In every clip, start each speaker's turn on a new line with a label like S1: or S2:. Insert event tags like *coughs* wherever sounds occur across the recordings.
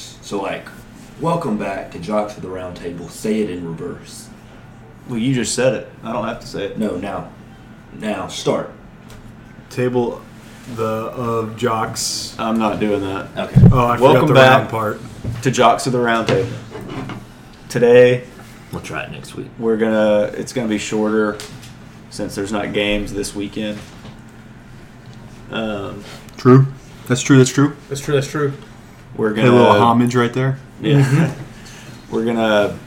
S1: So like, welcome back to Jocks of the Round Table. Say it in reverse.
S2: Well, you just said it. I don't have to say it.
S1: No, now, now start.
S3: Table the of jocks.
S2: I'm not doing that.
S1: Okay.
S3: Oh, I
S2: Welcome
S3: forgot the
S2: back.
S3: round part.
S2: To Jocks of the Round Table. Today
S4: We'll try it next week.
S2: we're gonna. It's gonna be shorter since there's not games this weekend. Um,
S5: True. That's true. That's true.
S3: That's true. That's true.
S2: we're
S5: Pay
S2: gonna
S5: a
S3: uh,
S5: little
S4: *laughs*
S5: homage right there.
S2: Yeah. We're gonna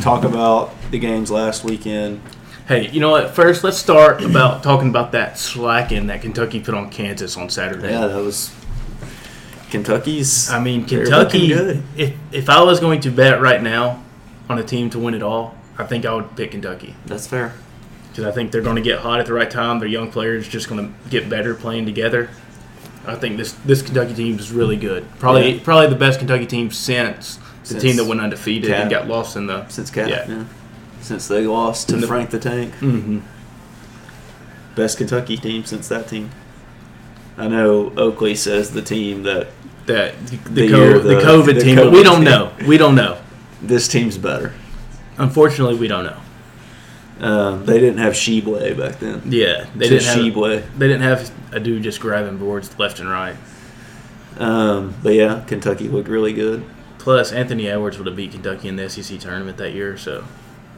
S2: *clears throat* talk about the games last weekend.
S4: Hey, you know what? First, let's start about *clears throat* talking about that slacking that Kentucky put on Kansas on Saturday.
S2: Yeah, that was Kentucky's.
S4: I mean,
S2: they're
S4: Kentucky.
S2: looking good.
S4: If if I was going to bet right now on a team to win it all, I think I would pick Kentucky
S2: That's fair.
S4: because I think they're going to get hot at the right time. Their young players just going to get better playing together. I think this this Kentucky team is really good. Probably
S2: Yeah.
S4: probably the best Kentucky team since the
S2: Since
S4: team that went undefeated and
S2: Cat.
S4: got lost in the
S2: Since Cat,
S4: Yeah.
S2: yeah. Since they lost to
S4: And the-
S2: Frank the Tank.
S4: Mhm.
S2: Best Kentucky team since that team. I know Oakley says the team that
S4: that the,
S2: The
S4: the,
S2: year
S4: co-
S2: of
S4: the
S2: the-
S4: COVID
S2: the
S4: team, but we
S2: COVID
S4: don't
S2: team.
S4: know. We don't know.
S2: this team's better.
S4: Unfortunately, we don't know.
S2: Um, they didn't have Shebue back then.
S4: Yeah, they
S2: To
S4: didn't have
S2: Shebue.
S4: they didn't have a dude just grabbing boards left and right.
S2: Um, but yeah, Kentucky looked really good.
S4: Plus, Anthony Edwards would have beat Kentucky in the SEC tournament that year. *laughs* So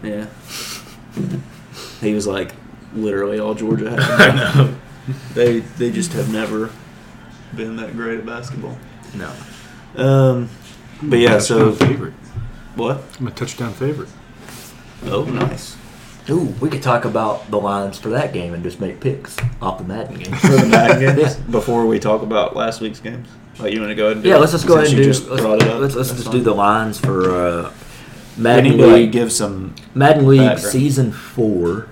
S2: Yeah. he was like literally all
S1: *laughs*
S2: Georgia had.
S4: I know.
S2: They they just have never been that great at basketball.
S4: No,
S2: Um, but yeah, so
S3: favorite.
S2: what?
S3: I'm a touchdown favorite.
S2: Oh, nice.
S1: Ooh, we could talk about the lines for that game and just make picks off the Madden game.
S2: For the Madden *laughs* games,
S1: *laughs* Yeah.
S2: before we talk about last week's games, like you want to go ahead and do
S1: Yeah,
S2: it?
S1: let's just go ahead
S2: Since
S1: and
S2: you
S1: do.
S2: just
S1: Let's,
S2: brought it up,
S1: let's, let's
S2: that's
S1: just
S2: fine.
S1: do the lines for uh,
S2: We
S1: Madden
S2: need to like,
S1: League.
S2: give some
S1: Madden League
S2: background.
S1: season four.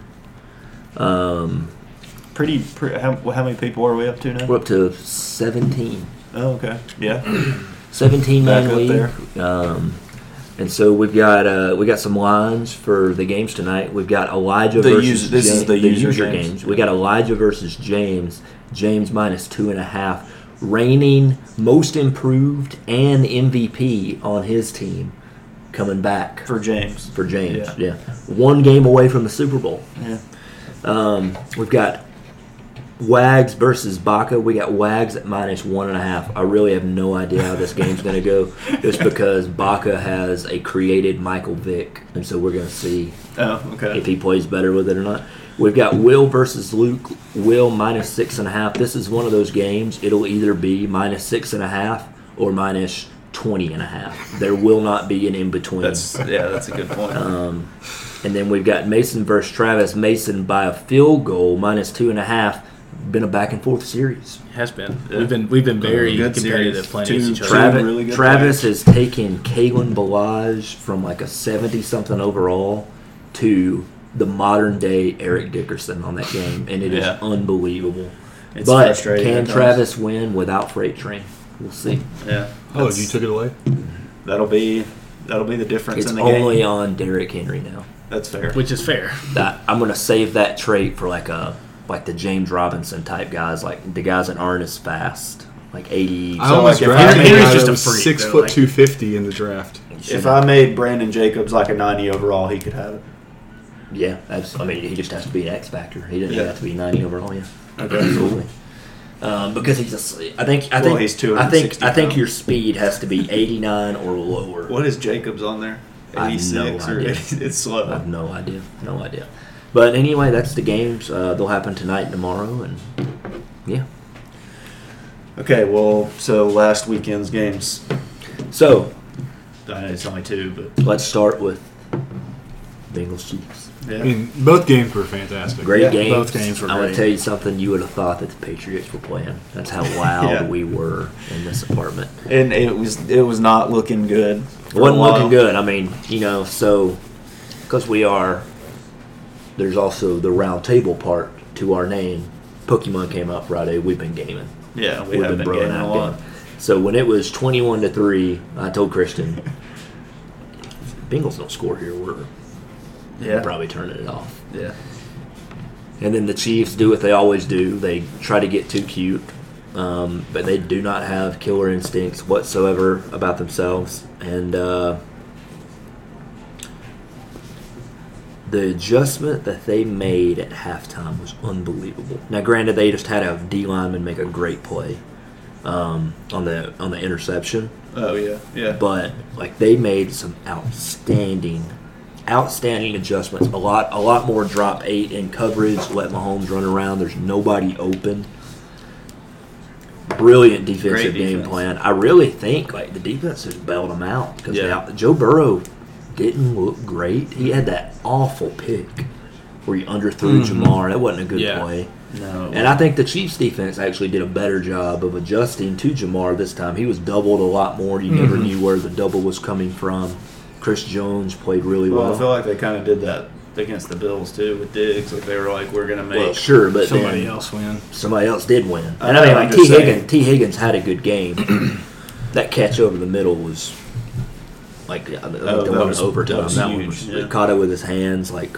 S1: Um,
S2: pretty. Pre- how, how many people are we up to now?
S1: we're up to seventeen.
S2: Oh, okay. Yeah.
S1: 17 man
S2: Back up
S1: league. Um, and so we've got uh, we got some lines for the games tonight. We've got Elijah
S2: The
S1: versus
S2: user- this
S1: Ja-
S2: is the user games.
S1: We got Elijah versus James. James minus two and a half. Reigning most improved and MVP on his team, coming back for,
S2: For James.
S1: James.
S2: Yeah.
S1: Yeah. one game away from the Super Bowl.
S2: Yeah.
S1: Um, we've got Wags versus Baca. We got Wags at minus one and a half. I really have no idea how this game's going to go, just because Baca has a created Michael Vick, and so we're going to see
S2: Oh, okay.
S1: if he plays better with it or not. We've got Will versus Luke. Will minus six and a half. This is one of those games. It'll either be minus six and a half or minus twenty and a half. There will not be an in between.
S2: That's yeah. That's a good point.
S1: *laughs* Um, and then we've got Mason versus Travis. Mason by a field goal, minus two and a half. Been a back and forth series.
S4: it has been. We've been we've been very
S2: Good series.
S4: competitive playing
S2: Two
S4: against each other.
S2: Travis-
S1: Travis,
S2: really good
S1: Travis has taken Kalen Balaj from like a 70 something overall to the modern day Eric Dickerson on that game, and it is
S2: Yeah.
S1: unbelievable.
S2: It's
S1: but
S2: frustrating
S1: can
S2: at times.
S1: Travis win without Freight Train? We'll see.
S2: yeah.
S3: Oh,
S2: That's-
S3: you took it away.
S2: That'll be that'll be the difference
S1: It's
S2: in the
S1: only
S2: game.
S1: on Derrick Henry now.
S2: That's fair.
S4: Which is fair.
S1: that I'm gonna save that trait for like a like the James Robinson type guys, like the guys that aren't as fast, like 80.
S3: I
S1: so,
S3: almost
S1: like,
S4: if
S3: drafted
S4: Henry-
S3: a guy
S4: Henry's just
S3: that
S4: a
S3: was
S4: freak,
S3: six
S4: though,
S3: foot
S4: like-
S3: two fifty in the draft.
S2: If I made Brandon Jacobs like a 90 overall, he could have it.
S1: yeah, that's, I mean, he just has to be an X factor. He doesn't
S2: Yeah.
S1: have to be 90 overall. Yeah,
S2: Okay.
S1: absolutely. Um, because he's a, s- I think I
S2: Well,
S1: think
S2: he's
S1: I think
S2: 260
S1: I think
S2: pounds.
S1: your speed has to be 89 or lower.
S2: What is Jacobs on there?
S1: I have
S2: 86
S1: no
S2: or
S1: idea.
S2: 80, *laughs* it's
S1: I have
S2: slow.
S1: no idea, no idea. But anyway, that's the games. Uh, they'll happen tonight and tomorrow, and yeah.
S2: Okay, well, so last weekend's games.
S1: So
S2: I know it's only two, but
S1: let's start with Bengals Chiefs.
S3: I
S2: yeah.
S3: mean, both games were fantastic.
S1: Great
S2: Yeah,
S1: games.
S4: both games were
S1: I would
S4: great.
S1: tell you something you would have thought that the Patriots were playing. That's
S2: *laughs*
S1: how loud
S2: Yeah.
S1: we were in this apartment.
S2: and it was it was not looking good. for a
S1: wasn't
S2: while.
S1: looking good. I mean, you know, so because we are, there's also the round table part to our name. Pokemon came out Friday. We've been gaming.
S2: Yeah, we
S1: We've
S2: have
S1: been
S2: been
S1: growing
S2: getting a
S1: out
S2: lot.
S1: gaming. So when it was 21 to three, I told
S2: *laughs*
S1: Christian, Bengals don't score here. We're
S2: Yeah,
S1: probably turning it off.
S2: yeah.
S1: And then the Chiefs do what they always do. They try to get too cute. um, but they do not have killer instincts whatsoever about themselves. And uh, the adjustment that they made at halftime was unbelievable. Now, granted, they just had a D lineman make a great play um, on the on the interception,
S2: Oh yeah, yeah.
S1: but like they made some outstanding, outstanding adjustments. A lot, a lot more drop eight in coverage. Let Mahomes run around. There's nobody open. Brilliant defensive
S2: Great
S1: game
S2: defense.
S1: plan. I really think like the defense has bailed them out because
S2: Yeah.
S1: Joe Burrow didn't look great. He had that awful pick where he underthrew
S2: Mm-hmm.
S1: Jamar. That wasn't a good
S4: Yeah.
S1: play.
S2: no,
S1: And I think the Chiefs defense actually did a better job of adjusting to Jamar this time. He was doubled a lot more. You
S4: Mm-hmm.
S1: never knew where the double was coming from. Chris Jones played really
S2: well,
S1: well.
S2: I feel like they kind of did that against the Bills too with Diggs. Like they were like, we're gonna make.
S1: Well, sure, but
S4: Somebody
S1: then
S4: else win.
S1: somebody else did win.
S2: I
S1: And I mean,
S2: know, I'm
S1: like T.
S2: just saying.
S1: Higgins, T. Higgins had a good game.
S2: *clears throat*
S1: that catch over the middle was like I think
S2: Oh,
S1: the
S2: that
S1: one
S2: was-
S1: in overtime.
S2: that was
S1: that one
S2: huge,
S1: was,
S2: yeah.
S1: he caught it with his hands. Like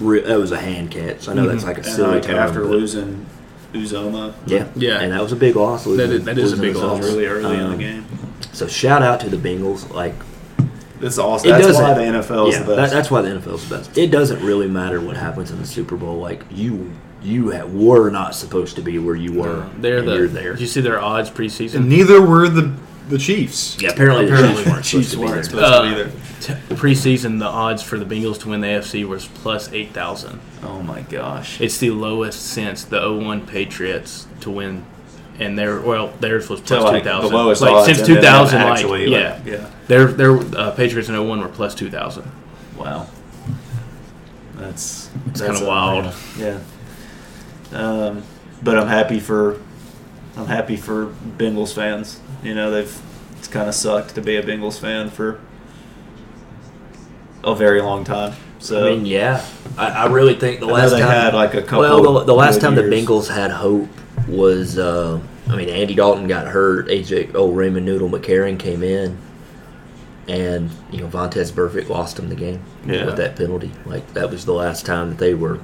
S1: re- that was a hand catch. I know that's like a
S2: Mm-hmm. and
S1: silly
S2: like
S1: term,
S2: after
S1: but-
S2: losing Uzoma,
S1: Yeah,
S4: Yeah.
S1: and that was a big loss. Losing,
S4: is- that is a
S1: losing
S4: big
S1: the
S2: it was
S4: loss.
S2: really early in the
S1: Um,
S2: game.
S1: So shout out to the Bengals. Like
S2: It's awesome.
S1: it
S2: That's
S1: doesn't.
S2: why the NFL is
S1: yeah,
S2: the
S1: that-
S2: best.
S1: that's why the NFL is the best. It doesn't really matter what happens in the Super Bowl. Like you, you ha were not supposed to be where you were.
S4: They're
S1: and
S4: the.
S1: you're there.
S4: Did you see their odds
S3: And
S4: preseason?
S3: neither were the the Chiefs.
S1: yeah, apparently,
S2: Apparently
S1: the Chiefs weren't
S2: Chiefs
S1: supposed
S2: weren't
S1: to be there.
S2: supposed to
S4: Uh,
S2: be there.
S4: T- preseason, the odds for the Bengals to win the AFC was plus eight thousand.
S2: Oh my gosh.
S4: It's the lowest since the 01 Patriots to win, and their well theirs was
S2: to
S4: plus
S2: like
S4: two
S2: the
S4: thousand.
S2: lowest
S4: like
S2: odds,
S4: since
S2: and then
S4: two
S2: them
S4: thousand, like,
S2: actually,
S4: yeah,
S2: like, yeah.
S4: their their uh, Patriots in 01 were plus two thousand.
S2: Wow. That's
S4: It's
S2: that's
S4: kind of wild.
S2: Yeah. Um, but I'm happy for I'm happy for Bengals fans. You know, they've it's kind of sucked to be a Bengals fan for a very long time. So
S1: I mean, yeah, I, I really think the
S2: I know
S1: last
S2: they
S1: time
S2: had, like, a couple
S1: Well, the, the last
S2: good
S1: time the
S2: years.
S1: Bengals had hope was, uh, I mean, Andy Dalton got hurt. AJ, oh Raymond Noodle McCarron came in, and you know Vontez Burfict lost him the game
S2: Yeah.
S1: with that penalty. Like that was the last time that they were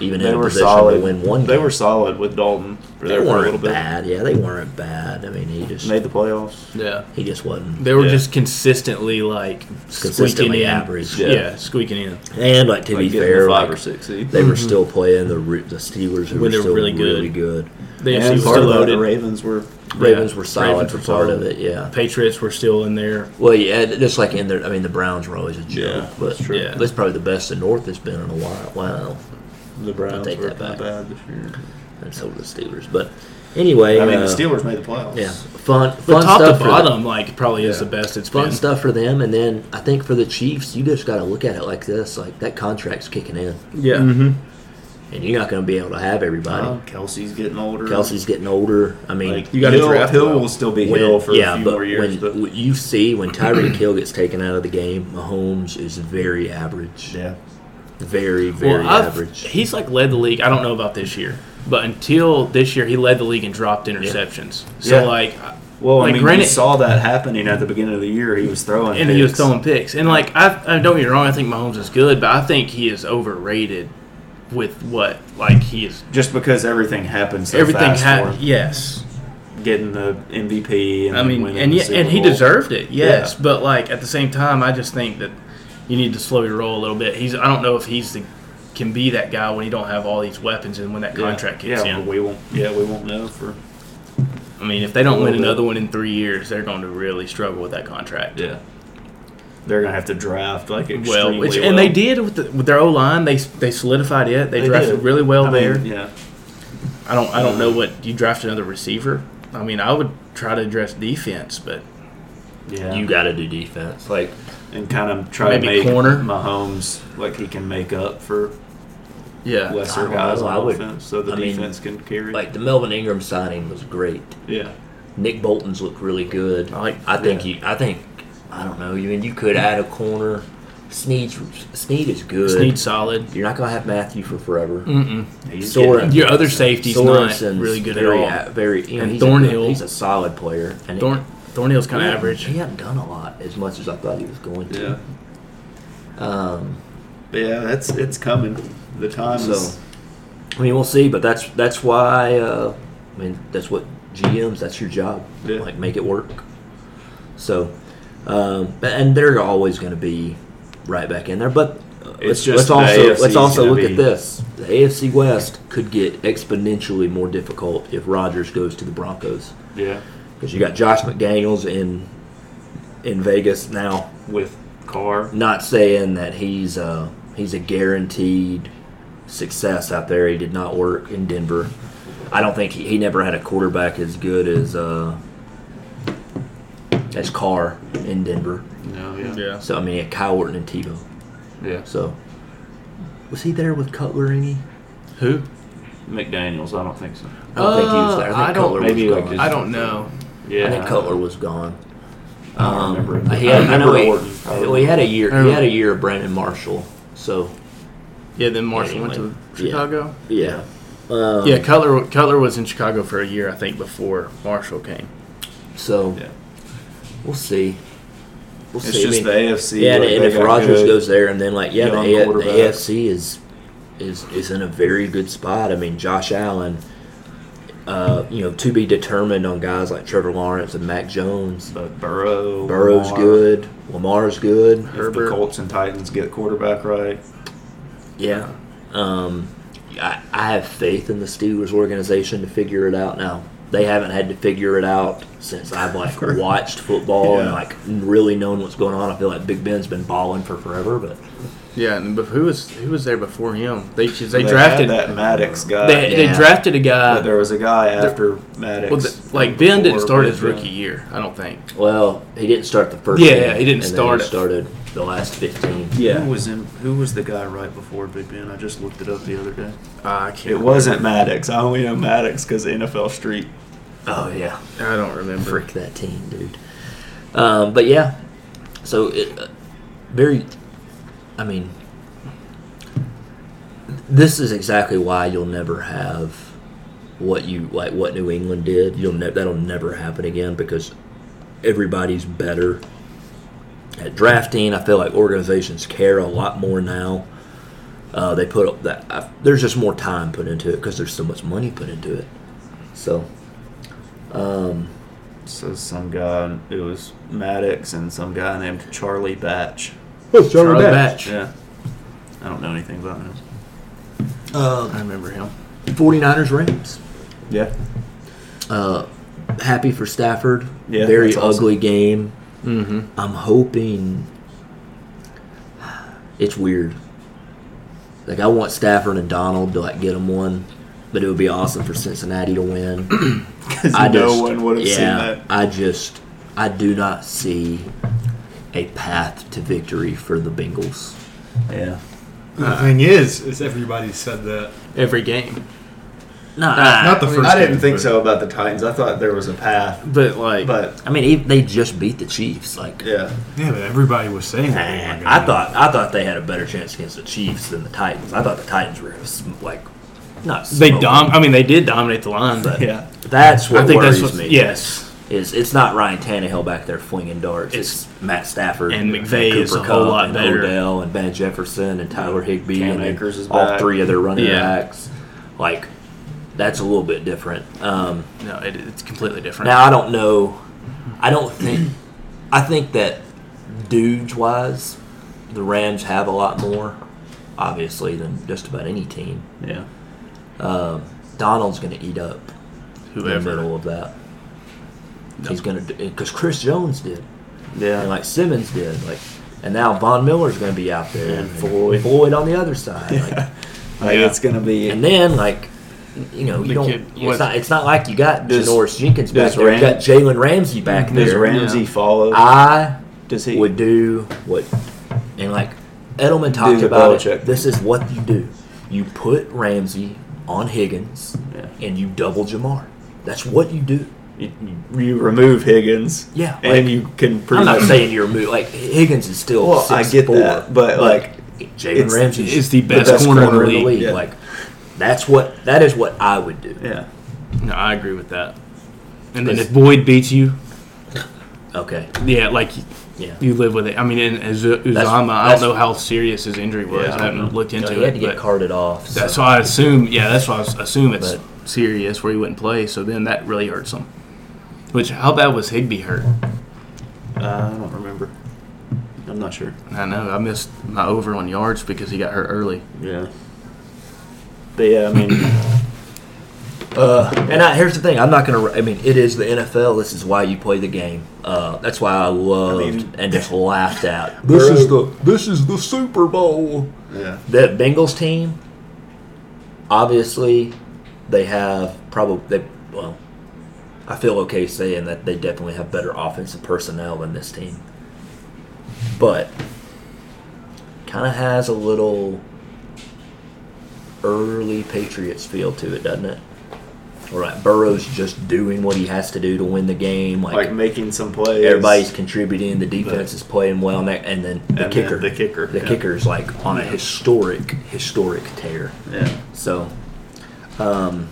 S1: even
S2: they
S1: in a
S2: were
S1: position
S2: solid.
S1: to win one.
S2: They
S1: game.
S2: were solid with Dalton. For
S1: They
S2: there for a little
S1: weren't
S2: bit.
S1: bad. Yeah, they weren't bad. I mean, he just
S2: Made the playoffs.
S4: Yeah,
S1: he just wasn't.
S4: they were
S2: Yeah.
S4: just consistently like squeaking
S1: Consistently
S4: in.
S1: average.
S4: Yeah.
S2: Yeah.
S4: squeaking in.
S1: And like to
S2: Like
S1: be
S2: getting
S1: fair,
S2: the five
S1: like,
S2: or Mm-hmm. six seed.
S1: they were still playing the Re- the Steelers, who
S4: When
S1: were
S4: they were
S1: still
S4: really
S1: really
S4: good.
S1: good.
S4: The AFC
S2: and
S4: was
S2: part
S4: still
S2: of that, the
S4: loaded.
S2: Ravens were
S1: Ravens
S4: Yeah.
S1: were solid
S4: Ravens
S1: for
S4: were
S1: part of
S4: solid.
S1: it, yeah.
S4: Patriots were still in there.
S1: Well, yeah, just like in the, I mean, the Browns were always a joke,
S2: Yeah,
S1: but
S2: that's true.
S4: Yeah.
S1: that's probably the best the North has been in a while. Wow,
S2: the Browns
S1: take
S2: were
S1: that
S2: kinda
S1: back.
S2: bad this year.
S1: and so were the Steelers. But anyway,
S2: I mean,
S1: uh,
S2: the Steelers made the playoffs.
S1: yeah, fun, fun
S4: But top
S1: stuff
S4: to
S1: for them.
S4: bottom, like probably is
S2: Yeah.
S4: the best it's
S1: Fun
S4: been.
S1: stuff for them, and then I think for the Chiefs, you just got to look at it like this: like that contract's kicking in,
S4: Yeah,
S5: Mm-hmm.
S1: and you're not going to be able to have everybody.
S2: Well, Oh, Kelsey's getting older.
S1: Kelsey's getting older. I mean,
S2: Like,
S4: You gotta
S2: Hill,
S4: draft
S2: Hill
S4: well.
S2: will still be
S1: when-
S2: Hill for
S1: yeah,
S2: a few
S1: but
S2: more years.
S1: when
S2: but
S1: what you see when Tyreek Hill gets taken out of the game, Mahomes is very average,
S2: yeah,
S1: very very
S4: well, I've-
S1: average.
S4: He's like led the league. I don't know about this year, but until this year, he led the league in dropped interceptions. So
S2: Yeah.
S4: like, uh,
S2: well,
S4: Like,
S2: I mean,
S4: granted-
S2: you saw that happening at the beginning of the year. He was throwing,
S4: and he was
S2: picks.
S4: throwing picks. And like, I, I don't get me wrong. I think Mahomes is good, but I think he is overrated with what like he is.
S2: just because everything happened. So
S4: everything
S2: fast
S4: had
S2: for him.
S4: yes.
S2: getting the MVP. And
S4: I mean,
S2: winning
S4: and
S2: the
S4: yeah,
S2: Super
S4: and he
S2: Bowl.
S4: deserved it. Yes,
S2: Yeah.
S4: but like at the same time, I just think that you need to slow your roll a little bit. He's I don't know if he's the can be that guy when he don't have all these weapons and when that
S2: Yeah.
S4: contract
S2: Yeah,
S4: kicks
S2: well,
S4: in.
S2: we won't. Yeah, we won't know for.
S4: I mean, if they don't win
S2: Little bit.
S4: another one in three years, they're going to really struggle with that contract.
S2: Yeah, they're gonna have to draft like extremely
S4: Well,
S2: well,
S4: which, and they did with, the, with their O line. They they solidified it. They,
S2: They
S4: drafted
S2: did.
S4: really well
S2: I mean,
S4: there.
S2: yeah,
S4: I don't I don't know what you draft another receiver. I mean, I would try to address defense, but
S2: yeah.
S1: You got to do defense. Like
S2: and kind of try
S4: Maybe
S2: to make
S4: corner.
S2: Mahomes like he can make up for
S4: yeah,
S2: lesser
S1: I don't
S2: guys
S1: know, I
S2: on
S1: would-
S2: offense, so the
S1: I mean,
S2: defense can carry.
S1: like the Melvin Ingram signing was great.
S2: yeah,
S1: Nick Bolton's looked really good.
S4: I like-
S1: I think
S2: yeah.
S1: you. I think I don't know. You mean you could add a corner. Sneed Sneed is good.
S4: Snead solid.
S1: You're not gonna have Matthew for forever.
S4: Mm-mm.
S2: he's
S1: Soren-
S2: getting-
S4: Your other safety's
S1: Sorensen's
S4: Mm, not really good at
S1: very,
S4: all.
S1: a- Very. You know,
S4: And
S1: he's A,
S4: Thornhill-
S1: good- he's a solid player. And he-
S4: Thorn, Thornhill's kind
S1: he
S4: of
S1: hadn't-
S4: average.
S1: He hadn't done a lot as much as I thought he was going to.
S2: Yeah,
S1: Um,
S2: But yeah, that's it's coming. The time
S1: So,
S2: is
S1: I mean, we'll see. But that's that's why. Uh, I mean, that's what GMs, that's your job.
S2: Yeah.
S1: Like make it work. So, um, but- and they're always going to be right back in there. But uh, let's,
S2: It's
S1: let's
S2: just the
S1: also
S2: AFC
S1: let's
S2: 's
S1: also
S2: gonna
S1: look
S2: be-
S1: at this. The AFC West could get exponentially more difficult if Rodgers goes to the Broncos
S2: Yeah,
S1: because you got Josh McDaniels in in Vegas now.
S2: with Carr.
S1: Not saying that he's uh, he's a guaranteed success out there. He did not work in Denver. I don't think he, he never had a quarterback as good as uh, as Carr in Denver.
S2: No, yeah,
S4: Yeah.
S1: So I mean, he had Kyle Orton and Tebow.
S2: yeah.
S1: So was he there with Cutler any?
S4: Who?
S2: McDaniel's, I don't think so.
S1: I don't think he was there. I
S4: Uh,
S1: think
S4: I don't-
S1: Cutler
S2: maybe,
S1: was
S2: like,
S1: gone.
S2: just-
S4: I don't know.
S2: Yeah,
S1: I think Cutler was gone.
S2: I don't
S1: Um,
S2: remember.
S1: He
S2: I
S1: had, I, know
S2: remember
S1: he,
S2: Orton, probably.
S1: well, he had a year.
S4: I
S1: He
S4: don't-
S1: had a year of Brandon Marshall. So
S4: Yeah, then Marshall
S1: Anyway,
S4: went to
S1: yeah.
S4: Chicago.
S1: yeah, um,
S4: Yeah, Cutler Cutler was in Chicago for a year, I think, before Marshall came.
S1: So
S2: Yeah.
S1: we'll see. We'll
S2: It's
S1: see. I mean,
S2: just the AFC.
S1: yeah, and,
S2: like,
S1: and
S2: they
S1: if
S2: got
S1: Rogers
S2: good.
S1: goes there, and then like yeah, the,
S2: young
S1: A- the
S2: quarterback.
S1: AFC is is is in a very good spot. I mean, Josh Allen. Uh, you know, to be determined on guys like Trevor Lawrence and Mac Jones.
S2: but Burrow,
S1: Burrow's
S2: Lamar,
S1: good. Lamar's good.
S2: If
S4: Herbert.
S2: the Colts and Titans get quarterback right,
S1: Yeah. Um, I, I have faith in the Steelers organization to figure it out now. They haven't had to figure it out since I've
S4: *laughs*
S1: like watched football and
S2: Yeah.
S1: like really known what's going on. I feel like Big Ben's been balling for forever, but
S4: Yeah, and but who was who was there before him? They they,
S2: had
S4: drafted
S2: that Maddox guy.
S4: they, they
S1: Yeah.
S4: drafted a
S2: but
S4: guy.
S2: there was a guy after Maddox.
S4: Uh, Well, th- like Ben
S2: before
S4: didn't start
S2: Big
S4: his
S2: Ben.
S4: rookie year, I don't think.
S1: well, he didn't start the first.
S4: Yeah,
S1: game,
S4: yeah, he
S1: and
S4: didn't
S1: then
S4: start it.
S1: started the last fifteen.
S2: Who was in? Who was the guy right before Big Ben? I just looked it up the other day.
S4: Uh, I can't.
S2: It wasn't Maddox. I only know Maddox because NFL Street.
S1: Oh yeah,
S4: I don't remember.
S1: freak that team, dude. Um, but yeah, so it uh, very. I mean, this is exactly why you'll never have what you like. What New England did, you'll ne- that'll never happen again because everybody's better at drafting. I feel like organizations care a lot more now. Uh, they put up that I, there's just more time put into it because there's so much money put into it. So, um,
S2: So some guy. It was Maddox and some guy named Charlie Batch.
S1: Oh,
S4: Charlie Batch.
S2: Yeah. I don't know anything about him.
S1: Um,
S4: I remember him.
S1: 49ers Rams.
S2: *laughs* Yeah.
S1: Uh, happy for Stafford.
S2: Yeah,
S1: Very
S2: that's awesome.
S1: ugly game.
S4: Mm-hmm.
S1: I'm hoping it's weird. Like I want Stafford and Donald to like get them one, but it would be awesome for Cincinnati to
S2: *clears throat*
S1: win.
S2: Because
S1: I
S2: no
S1: just-
S2: one would have
S1: yeah,
S2: seen that.
S1: I just I do not see a path to victory for the Bengals.
S2: Yeah.
S3: The thing is, is everybody said that.
S4: Every game,
S1: No,
S4: uh,
S3: Not the first.
S2: I didn't
S3: game,
S2: think
S3: but-
S2: so about the Titans. I thought there was a path,
S4: but like
S2: but
S1: I mean e- they just beat the Chiefs. Like
S2: yeah,
S3: Yeah, but everybody was saying that. they were
S1: Man,
S3: gonna
S1: I thought I thought they had a better chance against the Chiefs than the Titans. I thought the Titans were sm- like not
S4: they
S1: smoking.
S4: dom. I mean, they did dominate the line,
S2: *laughs*
S4: but
S2: yeah.
S1: That's what
S4: I think
S1: worries
S4: that's what.
S1: me.
S4: Yes,
S1: is it's not Ryan Tannehill back there flinging darts. It's,
S4: It's-
S1: Matt Stafford
S4: and McVay is
S1: Cooper
S4: a whole
S1: Kupp
S4: lot
S1: and
S4: better.
S1: Odell and Ben Jefferson and Tyler Higbee
S2: Cam
S1: and then
S2: Akers is
S1: all
S2: back.
S1: three of their running
S4: Yeah.
S1: backs. Like that's a little bit different. Um,
S4: no, it, it's completely different.
S1: Now I don't know. I don't think. I think that dudes wise, the Rams have a lot more, obviously, than just about any team.
S2: Yeah.
S1: Um, Donald's going to eat up the
S4: whoever.
S1: middle of that. He's going to because Chris Jones did,
S2: Yeah.
S1: and like Simmons did, like, and now Von Miller's going to be out there,
S2: And Floyd.
S1: Floyd on the other side. Like,
S2: *laughs* Like
S4: Yeah.
S2: it's gonna be
S1: and then like you know, you
S4: The
S1: don't,
S4: kid
S1: it's,
S4: was-
S1: not, it's not like you got
S2: Does-
S1: Janoris Jenkins back
S2: does
S1: there. You
S2: Ram-
S1: got Jalen Ramsey back
S2: does
S1: there.
S2: Ramsey
S4: Yeah.
S2: follow?
S1: I
S2: does he?
S1: would do what, and like Edelman talked
S2: Do the
S1: about
S2: Belichick.
S1: it. This is what you do: you put Ramsey on Higgins,
S2: Yeah.
S1: and you double Jamar. That's what you do.
S2: you, you remove Higgins.
S1: Yeah, like-
S2: and you can pretty
S1: I'm not
S2: much
S1: saying you're mo- like Higgins is still.
S2: Well, I get
S1: 6'4",
S2: that, but, like,
S1: Jalen
S2: it's-
S1: Ramsey
S4: it's the best
S1: corner,
S4: corner in the
S1: in the
S4: league.
S1: league.
S2: Yeah.
S1: Like that's what that is what I would do.
S2: Yeah,
S4: No, I agree with that. And then
S1: Cause-
S4: if Boyd beats you,
S1: Okay,
S4: yeah, like
S1: yeah.
S4: you live with it. I mean, and Az-
S1: That's-
S4: Uzama, I
S1: that's-
S4: don't know how serious his injury was.
S2: Yeah, I
S4: I
S2: don't
S4: haven't
S2: know.
S4: looked into
S1: he had
S4: it.
S1: to get
S4: but
S1: carded off.
S4: that's
S1: so-
S4: why I assume. Yeah, that's why I s- assume it's
S1: But-
S4: serious where he wouldn't play. So then that really hurts him. Which how bad was Higby hurt?
S2: Uh, I don't remember. I'm not sure.
S4: I know I missed my over on yards because he got hurt early.
S2: Yeah. But yeah, I *coughs* mean,
S1: Uh, and I, here's the thing: I'm not gonna. I mean, it is the NFL. This is why you play the game. Uh, that's why I loved
S2: mean-
S1: and just laughed at
S5: This is the this is the Super Bowl.
S2: yeah.
S1: that Bengals team. Obviously, they have probably they well. I feel okay saying that they definitely have better offensive personnel than this team, but kind of has a little early Patriots feel to it, doesn't it? Or like Burrow's just doing what he has to do to win the game. Like,
S2: Like making some plays.
S1: everybody's contributing, the defense is playing well, and, that, and then the
S2: And then
S1: kicker,
S2: the kicker,
S1: the
S2: yeah.
S1: kicker's like on a
S2: Yeah.
S1: historic, historic tear.
S2: Yeah.
S1: So, um,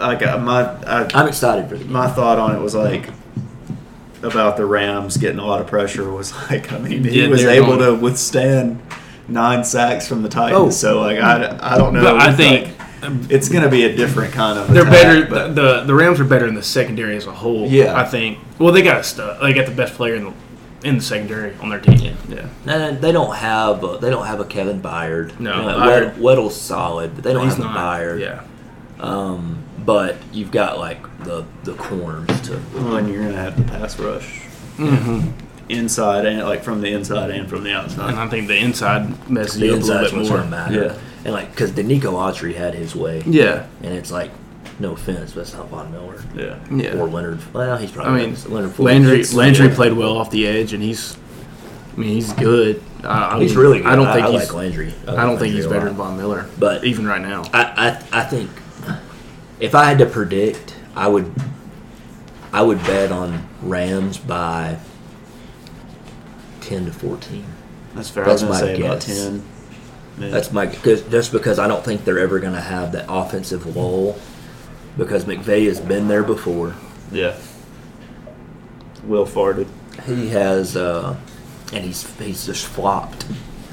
S2: I got uh, my. I,
S1: I'm excited for the game.
S2: my thought on it was like about the Rams getting a lot of pressure was *laughs* like I mean he
S4: Yeah,
S2: was
S4: they're
S2: able
S4: going-
S2: to withstand nine sacks from the Titans
S1: Oh.
S2: so like I, I don't know
S4: But I
S2: It's
S4: think
S2: like- it's gonna be a different kind of
S4: They're
S2: attack,
S4: better.
S2: but
S4: the The Rams are better in the secondary as a whole.
S2: Yeah.
S4: I think. Well, they got stu They got the best player in the in the secondary on their team.
S2: yeah
S1: And they don't have a, they don't have a Kevin Byard.
S4: No,
S1: you know,
S4: Byard-
S1: Wed- Weddle's solid, but they don't
S4: He's
S1: have a
S4: not.
S1: Byard.
S4: Yeah.
S1: Um, but you've got like the the corners to.
S2: well, and you're gonna have the pass rush
S4: Mm-hmm.
S2: inside and like from the inside and from the outside
S4: And I think the inside messes
S1: The
S4: you up a
S1: inside's
S4: little
S1: what's
S4: bit
S1: gonna
S4: more.
S1: matter.
S2: Yeah.
S1: And like, because Denico Autry had his way,
S4: Yeah.
S1: and it's like, no offense, but it's not Von Miller.
S2: yeah
S4: Yeah.
S1: Or Leonard. Well, he's
S4: I
S1: probably
S4: mean,
S1: Leonard Floyd.
S4: Landry
S1: It's-
S4: Landry
S1: yeah.
S4: played well off the edge, and he's. I mean, he's good. I, I
S1: He's
S4: mean,
S1: really good.
S4: I don't think
S1: I
S4: he's.
S1: like Landry.
S4: I don't
S1: like
S4: think
S1: Landry
S4: he's
S1: a
S4: better than
S1: lot.
S4: Von Miller.
S1: But-
S4: even right now,
S1: I, I I think if I had to predict, I would I would bet on Rams by ten to fourteen.
S2: that's fair
S1: That's
S2: I
S1: my
S2: was gonna say about
S1: guess.
S2: ten Yeah.
S1: That's my cause, just because I don't think they're ever going to have that offensive lull because McVay has been there before.
S2: yeah Will farted
S1: He has uh, and he's he's just flopped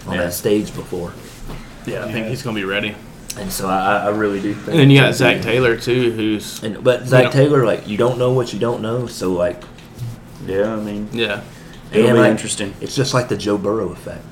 S1: on
S2: Yeah.
S1: that stage before,
S4: yeah, I think he's gonna be ready.
S1: and so I, I I really do think.
S4: And then you got Zach Taylor too, who's
S1: And but Zach
S4: know.
S1: Taylor, like you don't know what you don't know, so like
S2: yeah I mean
S4: yeah,
S2: it'll
S1: and,
S2: be
S1: like,
S2: interesting
S1: It's just like the Joe Burrow effect.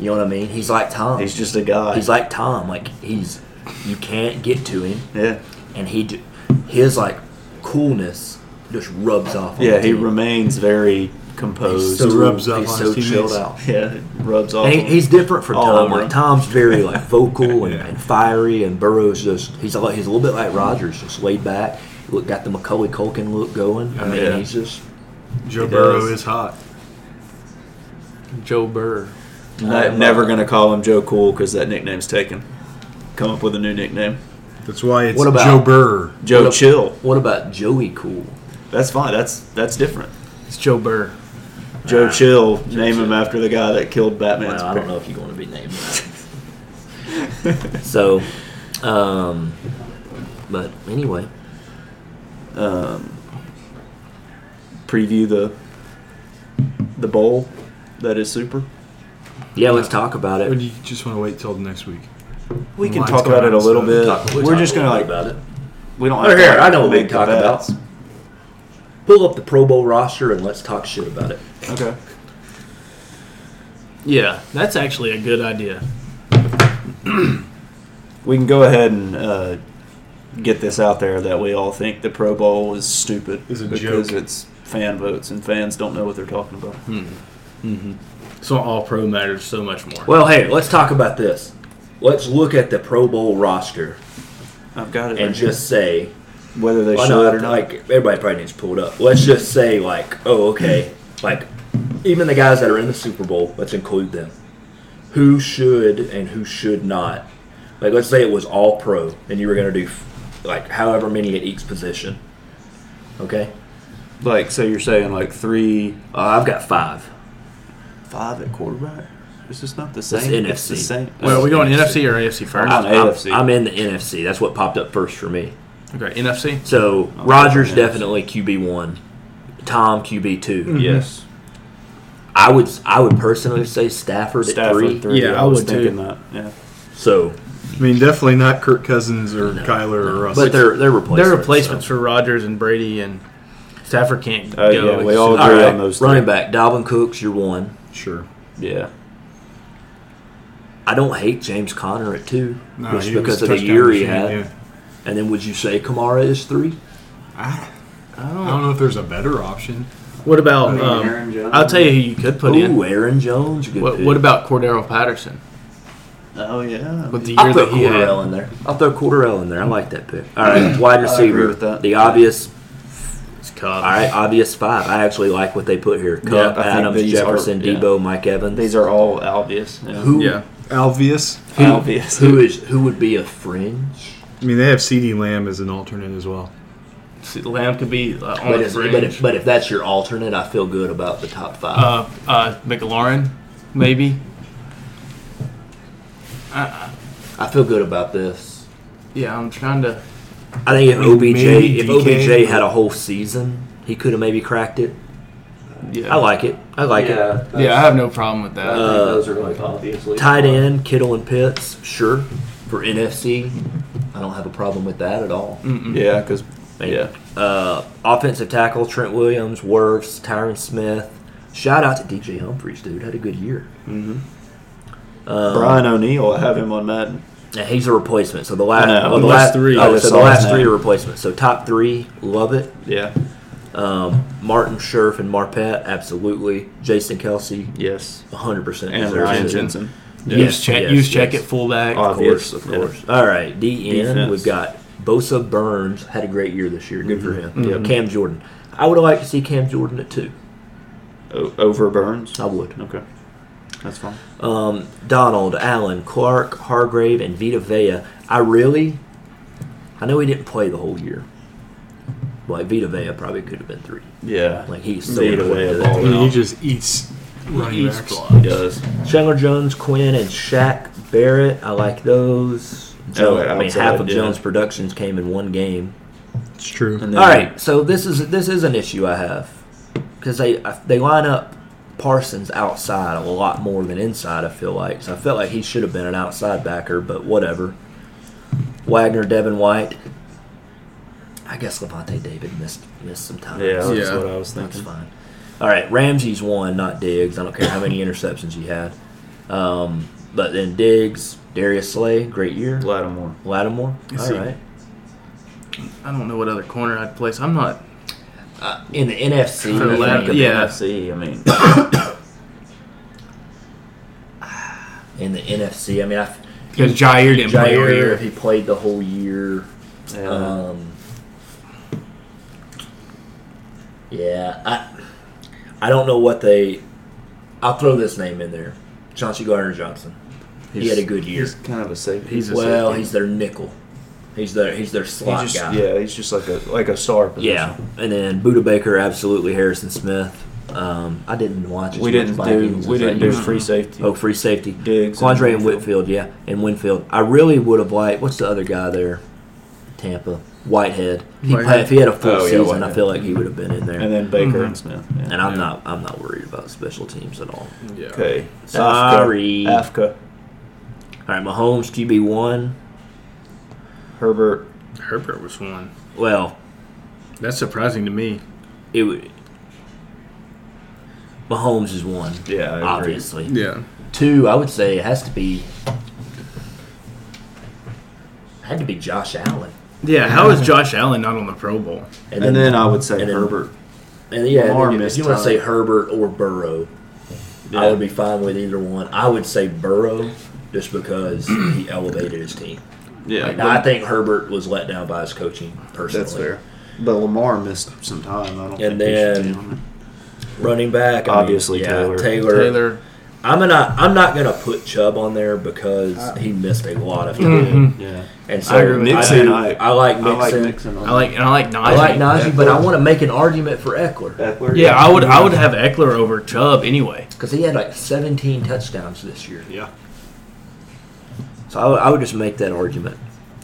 S1: You know what I mean? He's like Tom.
S2: he's just a guy
S1: he's like Tom. Like he's you can't get to him,
S2: yeah
S1: and he j- his like coolness just rubs off. On
S2: Yeah,
S1: the
S2: he
S1: team.
S2: remains very composed.
S1: He's so,
S3: rubs off
S1: he's
S3: on
S1: so
S3: his teammates.
S1: chilled out.
S2: yeah, it rubs off.
S1: And he,
S2: on-
S1: he's different from
S2: all
S1: Tom.
S2: over
S1: Like
S2: him.
S1: Tom's very like vocal and,
S3: Yeah.
S1: and fiery, and Burrow's just he's a, lot- he's a little bit like Rogers, just laid back. Look, got the Macaulay Culkin look going. I mean,
S2: Yeah.
S1: he's just
S3: Joe
S2: He
S3: Burrow
S2: does.
S3: is hot.
S4: Joe Burr.
S2: I'm never gonna call him Joe Cool because that nickname's taken. Come up with a new nickname,
S3: That's why it's
S1: What about-
S3: Joe Burr.
S2: Joe
S1: What a-
S2: Chill.
S1: What about Joey Cool?
S2: That's fine. That's that's different.
S4: It's Joe Burr.
S2: Joe Chill. name him after the guy that killed Batman's.
S1: Well, I don't know if you're going to be named that. so, um, but anyway,
S2: know. Um, preview the the bowl that is super.
S1: yeah, let's talk about
S3: Or
S1: it.
S3: do you just want to wait till next week?
S2: We can
S3: Mine's
S2: talk about it
S3: coming,
S2: a little
S3: so-
S2: bit.
S1: Talk- we'll
S2: We're
S1: talk
S2: just
S1: a
S2: gonna
S1: little
S2: like
S1: bit about it.
S2: we don't.
S1: Right
S2: have to,
S1: here,
S2: like,
S1: I know what we
S2: make
S1: can
S2: the
S1: talk
S2: bets.
S1: Pull up the Pro Bowl roster and let's talk shit about it.
S2: Okay.
S4: Yeah, that's actually a good idea.
S2: We can go ahead and uh, get this out there that we all think the Pro Bowl is stupid
S3: Is a
S2: because
S3: joke.
S2: it's fan votes and fans don't know what they're talking about.
S1: Hmm.
S4: So all pro matters so much more.
S1: Well, hey, let's talk about this. Let's look at the Pro Bowl roster
S2: I've got it.
S1: and
S2: right here.
S1: just say,
S2: whether they
S1: Why
S2: should
S1: not?
S2: or not.
S1: Like everybody probably needs to pull it up. Let's just say like, oh okay, like even the guys that are in the Super Bowl, let's include them. Who should and who should not? Like let's say it was all pro, and you were gonna do f- like however many at each position. Okay,
S2: like, so you're saying like three,
S1: uh, I've got five.
S2: five at quarterback? It's just not the
S1: That's
S2: same. It's
S1: NFC.
S2: the same.
S4: Well, are we going
S1: NFC.
S4: NFC or AFC first?
S2: I'm
S1: I'm,
S2: on AFC.
S1: I'm in the NFC. That's what popped up first for me.
S4: okay, NFC.
S1: So
S2: I'm
S1: Rogers
S2: in the NFC.
S1: definitely QB one, Tom QB 2
S2: yes.
S1: I would I would personally say Stafford,
S2: Stafford
S1: at three.
S2: three.
S4: Yeah,
S2: I,
S4: I
S2: was
S4: would too.
S2: thinking that. Yeah.
S1: So
S3: I mean, definitely not Kirk Cousins or Kyler or Russell.
S1: But they're they're replacements.
S4: They're replacements
S1: so.
S4: for Rodgers and Brady and Stafford can't
S2: Oh,
S4: go.
S2: yeah, we all
S1: Uh, All
S2: agree
S1: right,
S2: on those.
S1: running
S2: three.
S1: back Dalvin Cook's your one.
S3: sure.
S2: Yeah.
S1: I don't hate James Conner at two,
S3: No,
S1: just
S3: he was
S1: because of the
S3: touchdown
S1: year he
S3: machine,
S1: had.
S3: yeah.
S1: And then would you say Kamara is three?
S3: I don't know if there's a better option.
S4: What about?
S6: Aaron
S4: Um,
S6: Jones.
S4: I'll tell you who you could put in.
S1: Ooh, Aaron Jones. Good
S4: What,
S1: pick.
S4: what about Cordero Patterson
S2: Oh yeah.
S4: with the
S1: I'll
S4: year
S1: throw
S4: that he had?
S1: Cordell in there. I'll throw Cordell in there. I like that pick. All right, wide receiver.
S2: with that.
S1: The obvious.
S4: It's Cobb.
S1: All right, obvious five. I actually like what they put here. Cup,
S2: I think
S1: Adams,
S2: these
S1: Jefferson,
S2: are- yeah.
S1: Debo, Mike Evans.
S2: These are all obvious. Yeah.
S1: who,
S4: Yeah.
S3: Alvius.
S1: who,
S2: Obvious.
S1: who is who would be a fringe?
S3: I mean, they have C.D. Lamb as an alternate as well.
S4: See, Lamb could be uh, on
S1: But,
S4: the
S1: it's- but, if,
S4: fringe.
S1: but if that's your alternate, I feel good about the top five.
S4: Uh, uh, McLaurin, maybe.
S1: I feel good about this.
S4: Yeah, I'm trying to.
S1: I think if OBJ
S3: maybe
S1: if
S3: DK.
S1: OBJ had a whole season, he could have maybe cracked it.
S4: Yeah,
S1: I like it. I like it.
S4: Yeah, I have no problem with that.
S6: I
S1: Uh,
S6: think those are like obviously
S1: Tight end, Kittle and Pitts, sure. For NFC, I don't have a problem with that at all.
S2: *laughs* Yeah, because yeah,
S1: Uh, offensive tackle, Trent Williams, Werfs, Tyron Smith. Shout out to DJ Humphries, dude. Had a good year.
S2: Brian O'Neill. I have him on Madden.
S1: Now, he's a replacement. So the last,
S2: know.
S1: well, the
S2: The
S1: last,
S2: last three.
S1: oh,
S2: I
S1: so
S2: saw
S1: the last
S2: that.
S1: three are replacements. So top three, love it.
S2: Yeah.
S1: Um, Martin Scherf and Marpet, absolutely. Jason Kelsey,
S2: Yes.
S1: 100%.
S2: And
S1: deserves
S2: Ryan
S1: it.
S2: Jensen.
S4: use
S1: yes,
S4: check,
S1: yes,
S4: use check
S1: yes.
S4: at fullback.
S1: Of course, of
S2: Obvious,
S1: course. All right, DN,
S2: Defense.
S1: we've got Bosa Burns had a great year this year. Good for him.
S2: Mm-hmm.
S1: Cam Jordan. I would like to see Cam Jordan at two.
S2: O- over Burns.
S1: I would.
S2: Okay. That's fine.
S1: Um, Donald, Allen, Clark, Hargrave, and Vita Vea. I really, I know he didn't play the whole year. Like Vita Vea probably could have been three.
S2: Yeah.
S1: Like he's so
S2: Vita
S1: important to
S2: Vea
S1: that
S2: ball.
S3: I
S1: team.
S3: mean,
S2: No.
S3: he just eats running
S4: Eats
S3: backs.
S4: blocks.
S2: does.
S1: Chandler Jones, Quinn, and Shaq Barrett. I like those.
S2: Oh,
S1: Jones, I mean,
S2: outside,
S1: half of
S2: yeah.
S1: Jones' productions came in one game.
S3: It's true.
S2: And then-
S1: All right, so this is this is an issue I have because they they line up Parsons outside a lot more than inside. I feel like so I felt like he should have been an outside backer, but whatever. Wagner, Devin White. I guess Levante David missed missed some time.
S2: Yeah, that's
S4: Yeah.
S2: what I was
S1: that's
S2: thinking.
S1: fine. All right, Ramsey's one, not Diggs. I don't care how many interceptions he had. Um, but then Diggs, Darius Slay, great year.
S2: Lattimore.
S1: Lattimore,
S4: Yes,
S1: all
S4: he-
S1: right.
S4: I don't know what other corner I'd place. I'm not.
S1: Uh, in the NFC,
S4: For
S1: I think
S4: Latt-
S1: of
S4: yeah.
S2: NFC. I mean,
S1: in the NFC. I mean, I,
S4: Because Jair didn't play all
S1: Jair, if he
S4: year.
S1: played the whole year,
S2: *laughs* yeah.
S1: um, yeah, I, I don't know what they. I'll throw this name in there, Chauncey Gardner Johnson. he
S2: He's-
S1: had a good year.
S2: he's kind of a safety.
S4: He's a
S1: Well,
S4: safety.
S1: he's their nickel. He's their he's their
S2: He
S1: slot
S2: just-
S1: guy.
S2: yeah, he's just like a like a star position.
S1: Yeah, and then Buda Baker, absolutely Harrison Smith. Um, I didn't watch. as
S2: We
S1: much
S2: didn't do
S1: Vikings
S2: we
S1: as I
S2: didn't do
S1: used to.
S2: free safety.
S1: Oh, free safety.
S2: Diggs and
S1: Quandre and Whitfield, yeah, and Winfield. I really would have liked. What's the other guy there? Tampa Whitehead. He
S4: Whitehead.
S1: played- if he had a full
S2: Oh, yeah,
S1: season, I
S2: Whitehead.
S1: feel like he would have been in there. And,
S2: And then Baker
S4: Mhm.
S2: and Smith. Yeah.
S1: I'm not. I'm not worried about special teams at all.
S4: Yeah.
S2: Okay. Safka.
S1: Sorry.
S2: Afka.
S1: All right, Mahomes QB one.
S2: Herbert.
S4: Herbert was one.
S1: Well,
S4: That's surprising to me.
S1: it would. Mahomes is one,
S2: Yeah. I agree.
S1: obviously.
S4: Yeah.
S1: Two, I would say, it has to be. Had to be Josh Allen,
S4: Yeah. How is Josh Allen not on the Pro Bowl?
S2: And, then I would say
S1: and then-
S2: Herbert.
S1: And yeah,
S2: Lamar
S1: if, if
S2: missed
S1: you want to
S2: time.
S1: say Herbert or Burrow, I
S2: Yeah.
S1: would be fine with either one. I would say Burrow just because he *clears throat* elevated his team.
S2: Yeah.
S1: Now, I think Herbert was let down by his coaching personally.
S2: That's fair. But Lamar missed some time. I don't.
S1: And
S2: think he should
S1: then-
S2: be on
S1: Running back, I mean,
S2: Obviously, Taylor.
S1: Taylor.
S4: Taylor.
S1: I'm gonna I'm not gonna put Chubb on there because he missed a lot of time.
S2: it. Yeah.
S1: And
S4: Mm-hmm. I
S1: so
S4: agree with
S1: Nixon,
S2: Nixon,
S1: I,
S2: I-
S1: like Nixon.
S2: I like Nixon. on
S4: I like and I like Najee.
S1: I like Najee, but I
S2: Eckler.
S1: want to make an argument for Eckler
S2: Eckler.
S4: Yeah, I would. I would have Eckler over Chubb anyway.
S1: because he had like 17 touchdowns this year.
S3: Yeah.
S1: So I would, I would just make that argument.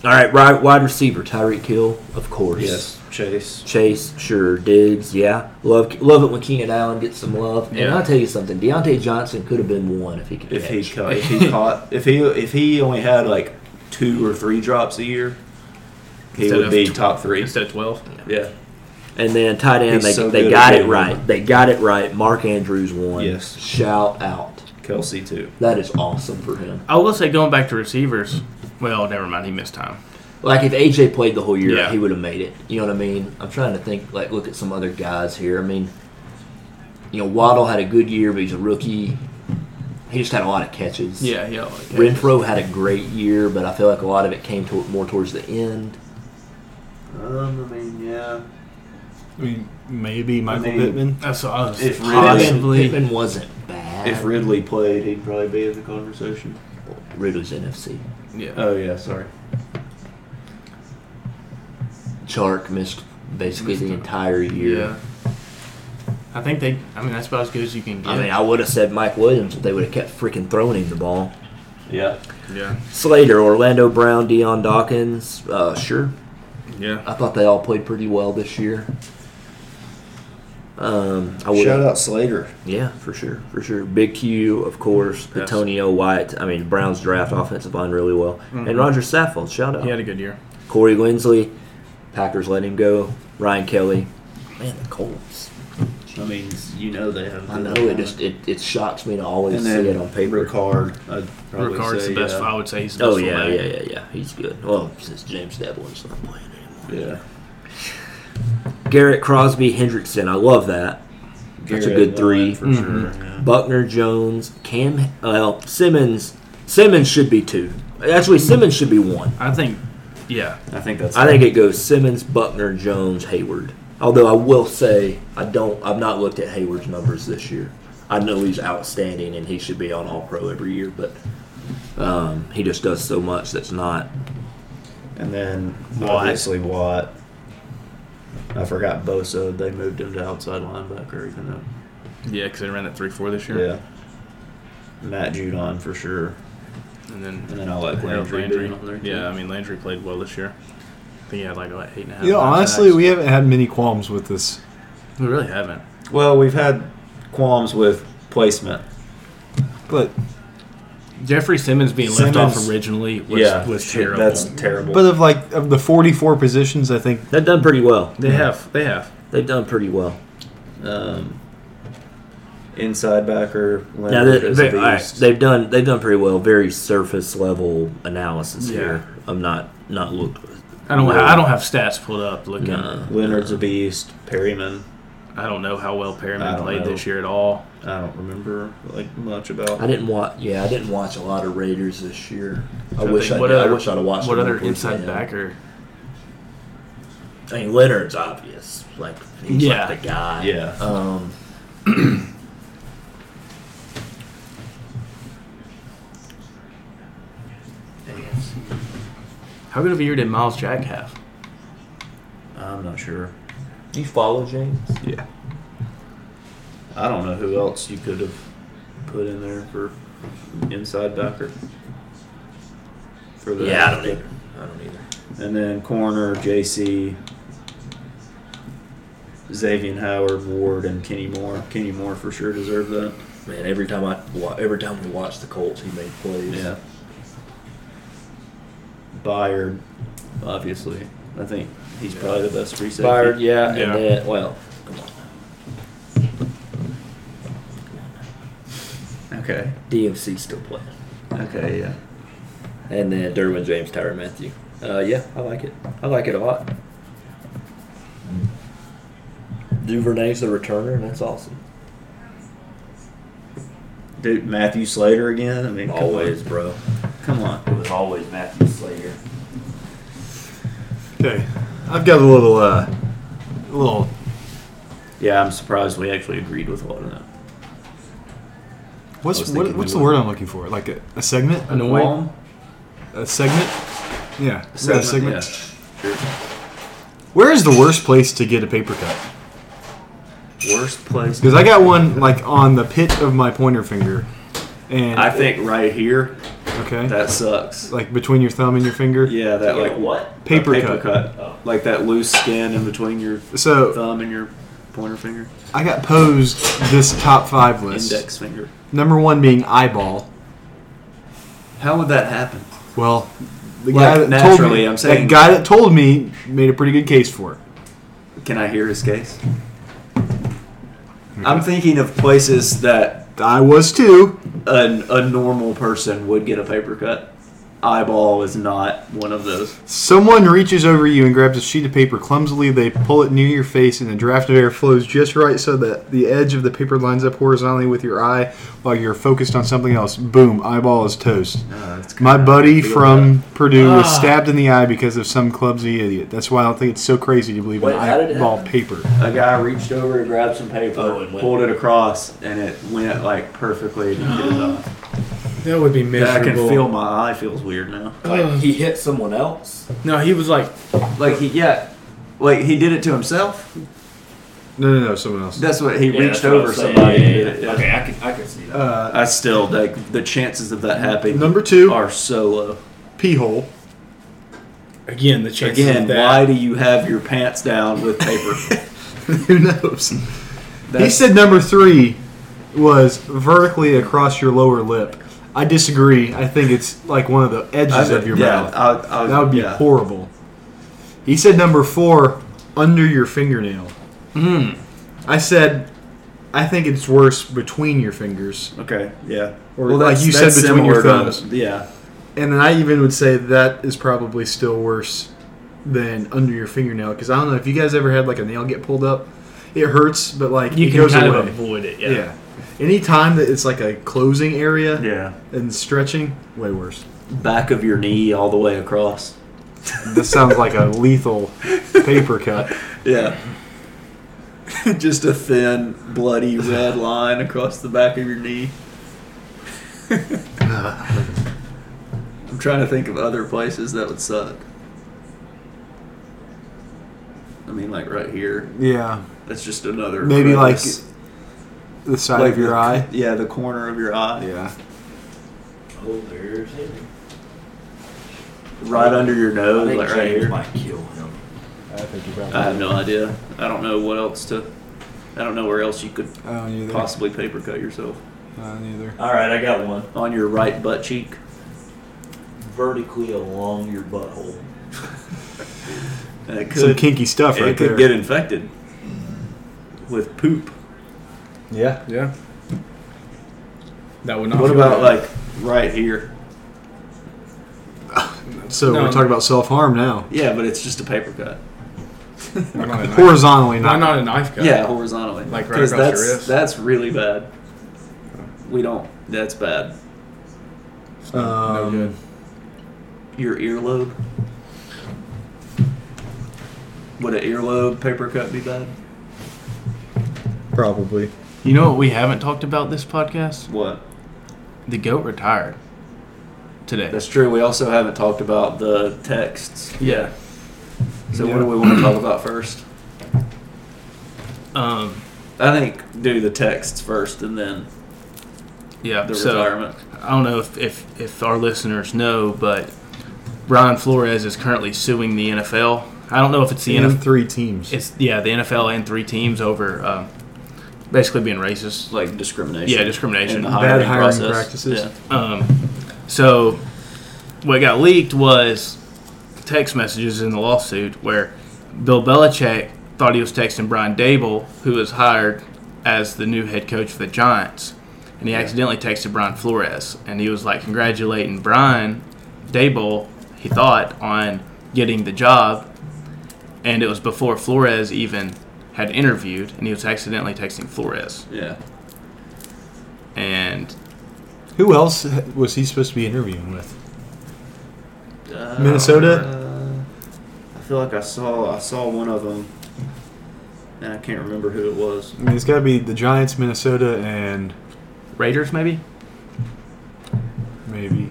S1: All right, right wide receiver Tyreek Hill, of course.
S2: Yes. Chase.
S1: Chase, sure. Diggs, yeah. Love love it when Keenan Allen gets some love. And
S4: Yeah.
S1: I'll tell you something, Deontay Johnson could have been one if he could
S2: If he
S1: catch.
S2: caught, if he caught, if he if he only had like two or three drops a year, he
S4: Instead
S2: would
S4: of
S2: be
S4: tw-
S2: top three.
S4: instead of twelve.
S2: Yeah.
S1: And then tight end,
S2: He's
S1: they,
S2: so good
S1: they
S2: at
S1: got it
S2: getting
S1: right.
S2: them.
S1: They got it right. Mark Andrews won.
S2: Yes.
S1: Shout out.
S2: Kelsey too.
S1: That is awesome for him.
S4: I will say, going back to receivers. Well, never mind. He missed time.
S1: Like if AJ played the whole year,
S4: Yeah.
S1: he would have made it. You know what I mean? I'm trying to think. Like look at some other guys here. I mean, you know, Waddle had a good year, but he's a rookie. He just had a lot of catches.
S4: Yeah, yeah. like-
S1: Renfro had a great year, but I feel like a lot of it came to more towards the end.
S2: Um, I mean, yeah.
S3: I mean, maybe Michael
S2: mean,
S3: Pittman.
S4: That's what I was.
S2: If Ridley,
S1: Pittman,
S4: Possibly.
S1: Pittman wasn't bad.
S2: if Ridley played, he'd probably be in the conversation.
S1: Ridley's NFC.
S4: yeah.
S2: Oh yeah, sorry.
S1: Chark missed basically the entire year.
S4: Oh, Yeah. I think they. I mean, that's about as good as you can get.
S1: I mean, I would have said Mike Williams if they would have kept freaking throwing him the ball.
S2: Yeah.
S4: yeah.
S1: Slater, Orlando Brown, Deion Dawkins, uh, sure.
S4: Yeah.
S1: I thought they all played pretty well this year. Um, I would
S2: Shout out Slater.
S1: Yeah, for sure, for sure. Big Q, of course.
S4: Yes.
S1: Antonio White. I mean, Browns draft offensive line really well, and Roger Saffold. Shout out.
S4: He had a good year.
S1: Corey Lindsley, Packers let him go. Ryan Kelly. Man, the Colts.
S2: I mean, you know they have.
S1: I know it just it, it shocks me to always see it on paper.
S2: Ricard. I'd probably
S4: Ricard's
S2: say, uh,
S4: the best.
S2: yeah.
S4: I would say he's the best.
S1: Oh yeah,
S4: fullback.
S1: yeah, yeah, yeah. He's good. Well, since James Devlin's not playing anymore.
S2: Yeah.
S1: Garrett Crosby, Hendrickson. I love that. That's a
S2: Garrett uh,
S1: good
S2: Blunt,
S1: three.
S2: for sure. yeah.
S1: Buckner, Jones, Cam. Well, Simmons. Simmons should be two. Actually, Simmons should be one.
S4: I think. Yeah.
S2: I think that's.
S1: I think it goes Simmons, Buckner, Jones, Hayward. Although I will say I don't I've not looked at Hayward's numbers this year. I know he's outstanding and he should be on all pro every year, but um, he just does so much that's not
S2: And then
S4: Watt.
S2: obviously Watt. I forgot Bosa. They moved him to outside linebacker, even though.
S4: Yeah, because they ran that three four this year.
S2: Yeah. Matt Judon for sure,
S4: And then.
S2: and then I like
S4: Harold
S2: Landry.
S4: Landry.
S2: being on there, too.
S4: Yeah, I mean Landry played well this year. I think he had like what, eight and a half.
S3: You know,
S4: nine
S3: honestly,
S4: sacks.
S3: we haven't had many qualms with this.
S4: we really haven't.
S2: Well, we've had qualms with placement.
S3: But
S4: Jeffrey Simmons being left off
S2: Simmons-
S4: originally was,
S2: yeah,
S4: was
S2: shit,
S4: terrible.
S2: That's terrible.
S3: but of like of the 44 positions, I think
S1: they've done pretty well.
S4: they have they have
S1: They've done pretty well.
S2: um, inside backer.
S1: Now
S2: Landry
S1: they,
S2: is
S1: they,
S2: a beast.
S1: have done they've done pretty well. Very surface level analysis
S4: Yeah.
S1: here. I'm not not uh, looked.
S4: I don't I don't have stats pulled up looking.
S1: Nah.
S2: Leonard's a beast. Perryman.
S4: I don't know how well
S2: I
S4: Perryman
S2: don't
S4: played
S2: know.
S4: this year at all.
S2: I don't remember like much about.
S1: I didn't watch. Yeah, I didn't watch a lot of Raiders this year. I,
S4: Trying to
S1: wish I,
S4: think,
S1: did. I wish I'd have watched.
S4: What
S1: them
S4: other
S1: before
S4: inside
S1: then.
S4: backer?
S1: I mean, Leonard's obvious. Like he's
S4: Yeah.
S1: like the guy.
S2: Yeah.
S1: Um,
S4: How good of a year did Miles Jack have?
S2: I'm not sure.
S1: do you follow James?
S2: Yeah. I don't know who else you could have put in there for inside backer. For the
S1: Yeah, I don't either. I don't either.
S2: And then corner, JC, Xavier Howard, Ward, and Kenny Moore. Kenny Moore for sure deserved that.
S1: Man, every time I wa- every time we watched the Colts, he made plays.
S2: Yeah. Byard, obviously. I think he's probably the best free safety.
S1: Fired, yeah, and
S4: Yeah.
S1: then well,
S2: Okay.
S1: DMC still playing,
S2: Okay, yeah.
S1: and then Derwin James, Tyron Matthew. Uh, yeah, I like it. I like it a lot. Mm-hmm. Duvernay's the returner, and that's awesome.
S2: Dude, Matthew Slater again. I mean, come on.
S1: Always, bro.
S2: Come on.
S1: It was always Matthew Slater.
S3: okay, I've got a little uh, a little
S2: Yeah, I'm surprised we actually agreed with one of them. I
S3: what's
S2: was
S3: what,
S2: thinking
S3: what's
S2: we
S3: the
S2: would.
S3: word I'm looking for? Like a, a segment,
S4: Annoyed?
S3: a segment. Yeah, a
S2: Segment,
S3: segment. segment.
S2: yeah.
S3: Where is the worst place to get a paper cut?
S2: Sure. Worst place.
S3: Because I got one like on the pit of my pointer finger, and
S2: I think right here,
S3: okay,
S2: that sucks.
S3: like between your thumb and your finger.
S2: Yeah, that like
S1: what? Oh.
S3: Paper,
S2: a paper
S3: cut.
S2: cut. Like that loose skin in between your
S3: So
S2: thumb and your pointer finger,
S3: I got posed this top five list.
S2: index finger.
S3: Number one being eyeball.
S2: How would that happen?
S3: Well, the
S2: Like,
S3: guy that told
S2: naturally,
S3: me,
S2: I'm saying-
S3: that guy that told me made a pretty good case for it.
S2: Can I hear his case?
S3: Hmm.
S2: I'm thinking of places that
S3: I was too.
S2: an, a normal person would get a paper cut. Eyeball is not one of those.
S3: Someone reaches over you and grabs a sheet of paper clumsily. They pull it near your face, and a draft of air flows just right so that the edge of the paper lines up horizontally with your eye while you're focused on something else. Boom! Eyeball is toast. My buddy from Purdue was stabbed in the eye because of some clumsy idiot. That's why I don't think it's so crazy to believe
S1: Wait,
S3: in
S1: how did it
S3: eyeball
S1: happen?
S3: paper.
S2: A guy reached over and grabbed some paper,
S1: Oh, it went-
S2: pulled it across, and it went like perfectly. And he did it off.
S4: That would be
S2: Yeah, I
S4: miserable.
S2: can feel my eye feels weird now.
S1: Like he hit someone else.
S4: No, he was like,
S2: Like he yeah, like he did it to himself.
S3: No, no, no, someone else.
S2: That's what he
S6: Yeah,
S2: reached
S6: that's what I'm
S2: over
S6: saying.
S2: somebody.
S6: Yeah,
S2: and
S6: yeah,
S2: did it,
S6: yeah.
S2: yeah.
S6: Okay, I can, I can see that.
S3: Uh,
S2: I still like the chances of that happening.
S3: Number two.
S2: are so low.
S3: pee hole.
S4: again, the chances
S2: Again,
S4: of that.
S2: why do you have your pants down with paper?
S3: *laughs* Who knows? He
S2: That's-
S3: said number three was vertically across your lower lip. I disagree. I think it's like one of the edges
S2: I-
S3: of your
S2: yeah,
S3: mouth.
S2: I, I,
S3: that would be
S2: yeah.
S3: horrible. He said number four, under your fingernail.
S4: Hmm.
S3: I said, I think it's worse between your fingers.
S2: Okay, yeah.
S3: Or like you said, between your
S2: similar to-
S3: thumbs.
S2: Yeah.
S3: And then I even would say that is probably still worse than under your fingernail because I don't know if you guys ever had like a nail get pulled up. It hurts, but like
S4: you
S3: it
S4: can
S3: goes
S4: kind
S3: away.
S4: of avoid it. Yeah.
S3: Yeah. Any time that it's like a closing area
S2: Yeah.
S3: and stretching, way worse.
S2: Back of your knee all the way across.
S3: This sounds like a lethal paper cut.
S2: *laughs* Yeah. *laughs* Just a thin, bloody red line across the back of your knee. *laughs* I'm trying to think of other places that would suck. I mean, like right here.
S3: Yeah.
S2: That's just another.
S3: Maybe like
S2: crevice.
S3: the side of your
S2: the-
S3: eye.
S2: Yeah, the corner of your eye.
S3: Yeah.
S1: Oh, there's him.
S2: Right under your
S1: I
S2: nose,
S1: think
S2: like right
S1: James
S2: here.
S1: might kill him.
S3: I think you probably.
S2: I have no idea. I don't know what else to. I don't know where else you could
S3: I don't either.
S2: possibly paper cut yourself
S3: I don't either.
S1: All right, I got one.
S2: on your right butt cheek.
S1: Vertically along your butthole.
S2: And it
S3: Some
S2: could
S3: kinky stuff right
S2: it could
S3: there.
S2: get infected with poop.
S3: Yeah.
S4: Yeah. That would not.
S2: What
S4: feel
S2: about
S4: good.
S2: like right here?
S3: So
S4: No.
S3: we're talking about self harm now.
S2: Yeah, but it's just a paper cut.
S4: Why not a knife-
S3: Horizontally,
S4: why
S3: not.
S4: not a knife cut?
S2: Yeah, horizontally.
S4: Like right
S2: 'Cause
S4: across your
S2: that's,
S4: wrist?
S2: That's really bad. We don't. That's bad.
S4: No
S3: Um,
S4: good.
S2: Your earlobe. Would an earlobe paper cut be bad?
S3: Probably.
S4: You know what we haven't talked about this podcast?
S2: What?
S4: The goat retired today.
S2: That's true. We also haven't talked about the texts.
S4: yeah.
S2: So what do we want to talk about first?
S4: Um.
S2: I think do the texts first and then
S4: Yeah.
S2: the
S4: so
S2: retirement.
S4: I don't know if, if if our listeners know, but Brian Flores is currently suing the NFL. I don't know if it's the NFL.
S3: And three teams.
S4: It's yeah, the NFL and three teams over um, basically being racist.
S2: Like discrimination.
S4: Yeah, discrimination.
S2: And the
S3: Bad
S2: hiring
S3: hiring
S2: process.
S3: practices.
S2: Yeah.
S4: Um, so what got leaked was text messages in the lawsuit where Bill Belichick thought he was texting Brian Dable, who was hired as the new head coach for the Giants, and he accidentally texted Brian Flores, and he was like congratulating Brian Dable, he thought, on getting the job, and it was before Flores even had interviewed, and he was accidentally texting Flores,
S2: Yeah.
S4: and
S3: Who else was he supposed to be interviewing with?
S2: Uh,
S3: Minnesota?
S2: I feel like I saw I saw one of them, and I can't remember who it was.
S3: I mean, it's got to be the Giants, Minnesota, and
S4: Raiders maybe.
S3: maybe.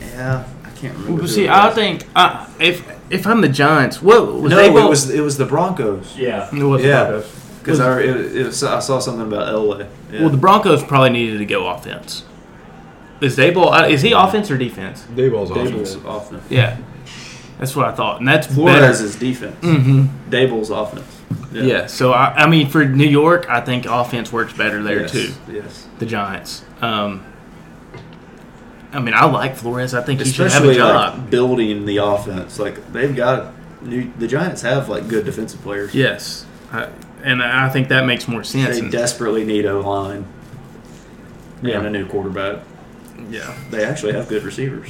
S2: Yeah, I can't remember.
S4: Well,
S2: who
S4: see,
S2: it
S4: I
S2: was.
S4: think uh, if if I'm the Giants, what was
S2: no,
S4: they
S2: it
S4: both-
S2: was it was the Broncos.
S6: yeah.
S4: It was the
S2: Yeah.
S4: Broncos.
S2: Because I it, it was, I saw something about Elway. Yeah.
S4: Well, the Broncos probably needed to go offense. Is Dable? uh, Is he offense or defense?
S3: Dayball's
S2: Dable's offense.
S4: Yeah, that's what I thought, and that's
S2: Flores
S4: better.
S2: is defense.
S4: hmm
S2: Dable's offense.
S4: Yeah. So I, I mean, for New York, I think offense works better there
S2: yes.
S4: too.
S2: Yes.
S4: The Giants. Um, I mean, I like Flores. I think he should have a
S2: especially
S4: job.
S2: like building the offense. Like they've got new, the Giants have like good defensive players.
S4: yes, I, and I think that makes more sense.
S2: they
S4: And-
S2: desperately need O line
S4: Yeah.
S2: and a new quarterback.
S4: yeah,
S2: They actually have good receivers.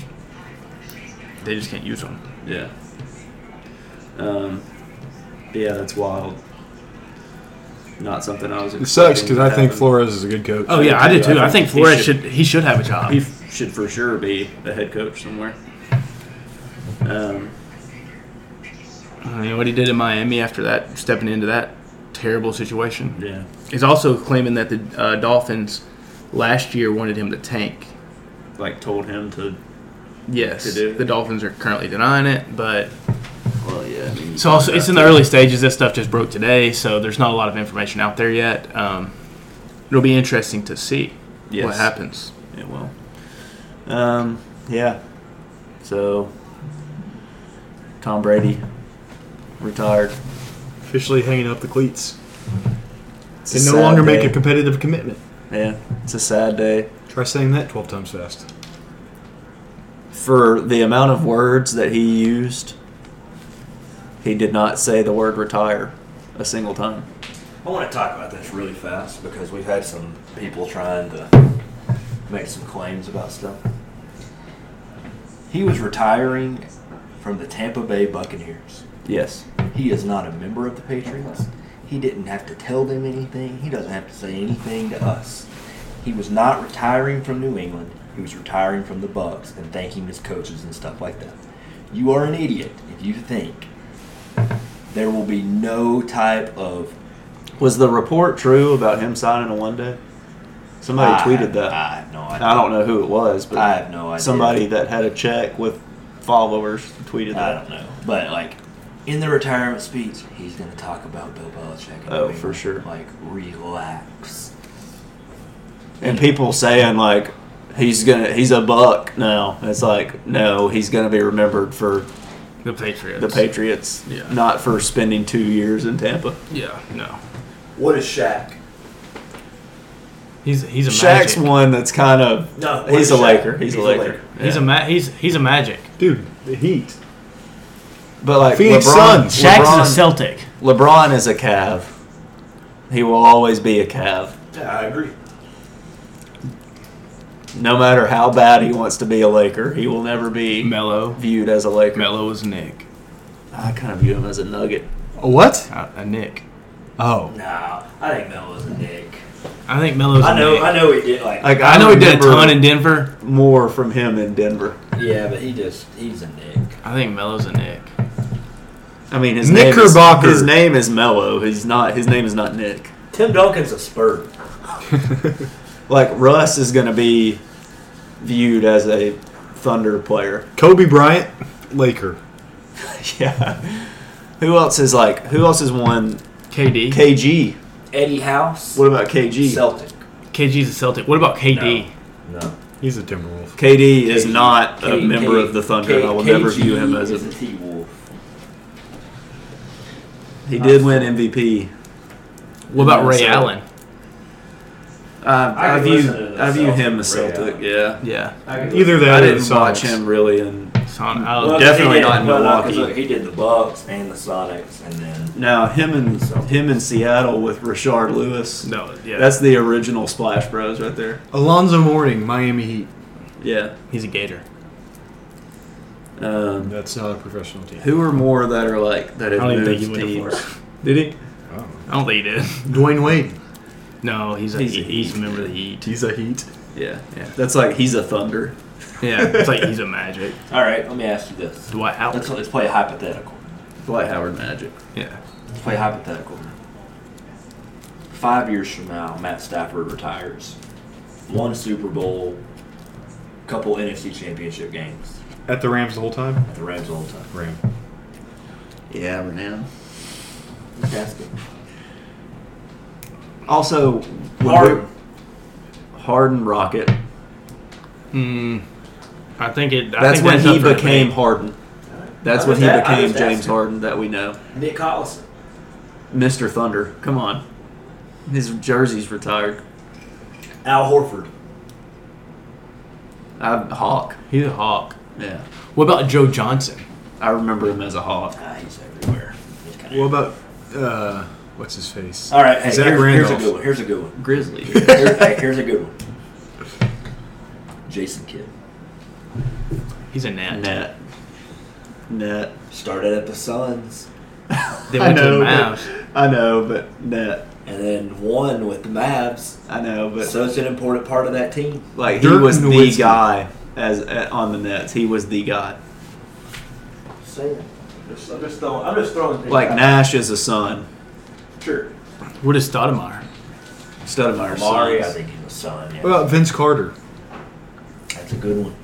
S4: they just can't use them.
S2: Yeah. Um, but yeah, that's wild. Not something I was.
S3: It sucks
S2: expecting
S3: because
S2: to
S3: I think
S2: happen.
S3: Flores is a good coach.
S4: Oh yeah, I do too. I think
S2: he
S4: Flores
S2: should-
S4: should he should have a job.
S3: Um,
S2: he f- should for sure be a head coach somewhere. Um,
S4: I mean, what he did in Miami after that, stepping into that terrible situation.
S2: yeah.
S4: He's also claiming that the uh, Dolphins last year wanted him to tank.
S2: Like told him to.
S4: Yes,
S2: To do.
S4: the Dolphins are currently denying it, but
S2: Well, yeah. I mean,
S4: it's also it's in the early stages. This stuff just broke today, so there's not a lot of information out there yet. Um, it'll be interesting to see what
S2: Yes.
S4: happens.
S2: It will. Um, yeah. So, Tom Brady retired.
S3: Officially hanging up the cleats.
S2: It's
S3: They
S2: a
S3: no
S2: sad
S3: longer make
S2: day.
S3: a competitive commitment.
S2: Yeah, it's a sad day
S3: Try saying that 12 times fast.
S2: for the amount of words that he used. He did not say the word retire a single time.
S1: I want to talk about this really fast because we've had some people trying to make some claims about stuff. He was retiring from the Tampa Bay Buccaneers.
S2: Yes.
S1: He is not a member of the Patriots. He didn't have to tell them anything. He doesn't have to say anything to us. He was not retiring from New England. He was retiring from the Bucks and thanking his coaches and stuff like that. You are an idiot if you think there will be no type of
S2: Was the report true about him signing a one day? Somebody
S1: I-
S2: tweeted that.
S1: I have no idea.
S2: I don't know who it was, but
S1: I have no idea.
S2: Somebody that had a check with followers tweeted
S1: I
S2: that.
S1: don't know. But like in the retirement speech, he's gonna talk about Bill Belichick. and
S2: Oh,
S1: New
S2: for
S1: England.
S2: sure.
S1: Like relax.
S2: and people saying like he's gonna he's a buck now it's like no he's gonna be remembered for
S4: The Patriots.
S2: the patriots
S4: Yeah.
S2: not for spending two years in tampa
S4: Yeah, no.
S1: What is Shaq?
S4: He's he's a
S2: Shaq's
S4: magic.
S2: one that's kind of
S1: No, what
S2: he's
S1: is
S2: a
S1: Shaq?
S2: laker he's, a laker,
S4: He's a
S2: Yeah.
S4: ma- he's he's a magic.
S3: Dude, the Heat.
S2: but like
S3: Phoenix
S2: lebron
S3: Suns.
S4: Shaq's
S2: LeBron,
S4: is a Celtic.
S2: lebron is a cav he will always be a cav
S1: Yeah, I agree.
S2: no matter how bad he wants to be a laker he will never be
S4: Mellow.
S2: viewed as a laker
S4: Mellow was Nick.
S2: i kind of view him as a nugget
S3: A what?
S4: Uh, A, a Nick.
S3: Oh.
S1: No, I think Mel was a dick.
S4: I think Melo's.
S1: I know,
S4: Nick.
S1: I know he did. Like,
S2: like
S4: I know he did a
S2: remember
S4: ton in Denver.
S2: more from him in denver
S1: yeah, but he just he's a dick.
S4: I think Melo's a Nick.
S2: I mean, his
S3: Knickerbocker.
S2: Name is, his name is Mello. He's not. His name is not Nick.
S1: Tim Duncan's a spur.
S2: Like Russ is going to be viewed as a Thunder player. *laughs*
S3: Kobe Bryant, Laker.
S2: yeah. Who else is like? Who else has won?
S4: KD.
S2: KG.
S1: Eddie House,
S2: What about KG?
S1: Celtic.
S4: KG's a Celtic. What about KD?
S1: No,
S3: He's a Timberwolf.
S2: KD is
S1: KG.
S2: not a
S1: K-
S2: member
S1: K-
S2: of the Thunder.
S1: K-
S2: I will never
S1: KG
S2: view him as
S1: is a
S2: a.
S1: T Wolf.
S2: He did win MVP.
S4: What about Ray
S2: Minnesota.
S4: Allen?
S2: I, I
S1: can
S2: view.
S1: listen to the
S2: I view
S1: Celtic
S2: him as
S1: Ray
S2: Celtic.
S1: Allen.
S2: Yeah.
S4: Yeah.
S3: Either that
S2: I
S3: or
S2: didn't
S3: the
S2: watch
S3: Sonics.
S2: him really, and
S4: Son, I
S2: Well,
S4: was
S2: definitely
S1: he did-
S2: not in
S1: well, no, 'cause
S2: Milwaukee.
S1: look, he did the Bucks and the Sonics, and then
S2: now him and him in Seattle with Rashard Lewis.
S4: no. Yeah.
S2: That's the original Splash Bros right there.
S3: Alonzo Mourning, Miami Heat.
S2: Yeah.
S4: he's a Gator.
S2: Um,
S3: That's not a professional team.
S2: who are more that are like that
S4: I
S2: have
S4: don't even think
S2: moved
S4: he went to
S2: teams?
S4: Florida.
S2: Did
S3: Oh.
S4: I don't think he did. *laughs*
S3: Dwayne Wade.
S4: No, he's a
S2: He's
S4: he's,
S2: a
S4: he's a member of the Heat.
S3: He's a Heat.
S2: he? Yeah. Yeah. That's like he's a Thunder.
S4: Yeah, it's like he's a Magic.
S1: All right, let me ask you this.
S4: Dwight Howard.
S1: Let's, let's play a hypothetical.
S2: Dwight Howard Magic.
S4: Yeah.
S1: Let's play a hypothetical. Five years from now, Matt Stafford retires. One Super Bowl, couple NFC Championship games
S3: At the Rams the whole time?
S1: at the Rams all the time.
S3: Ram.
S2: Yeah, Renan.
S1: Just asking.
S2: Also, when
S1: Harden.
S2: we- Harden Rocket.
S4: Hmm. I think it. I
S2: That's
S4: think
S2: when
S4: that's
S2: he
S4: up for debate.
S2: became Harden. That's
S1: I
S2: when he
S1: was a- I
S2: became
S1: was
S2: James
S1: asking.
S2: Harden that we know.
S1: Nick Collison.
S2: Mr. Thunder. Come on. His jersey's retired.
S1: Al Horford.
S2: I'm Hawk.
S4: He's a hawk.
S2: Yeah.
S6: What about Joe Johnson?
S2: I remember him as a Hawk.
S1: Ah, He's everywhere. He's kinda-
S3: What about uh, what's his face?
S1: All right, hey,
S3: Zach
S1: here's, here's a
S3: Randolph.
S1: good one. Here's a *laughs* good one.
S2: Grizzly.
S1: Here- hey, here's a good one. Jason Kidd
S4: He's a gnat.
S2: Net. Net.
S1: started at the Suns
S4: They
S2: I
S4: went to
S2: know,
S4: the
S2: but-
S4: Mavs.
S2: I know, but net.
S1: and then won with the Mavs.
S2: I know, but
S1: So it's an important part of that team.
S2: like he
S3: Dirk
S2: was the
S3: Nowitzki.
S2: guy as uh, on the Nets. He was the guy.
S1: Say it. Just- I'm just throwing. I'm just throwing. things
S2: Like
S1: out.
S2: Nash is a son.
S1: Sure.
S6: What is Stoudemire?
S2: Stoudemire's
S1: Amari, I
S2: son.
S1: think he's a son. Yeah.
S3: What about Vince Carter?
S1: That's a good one.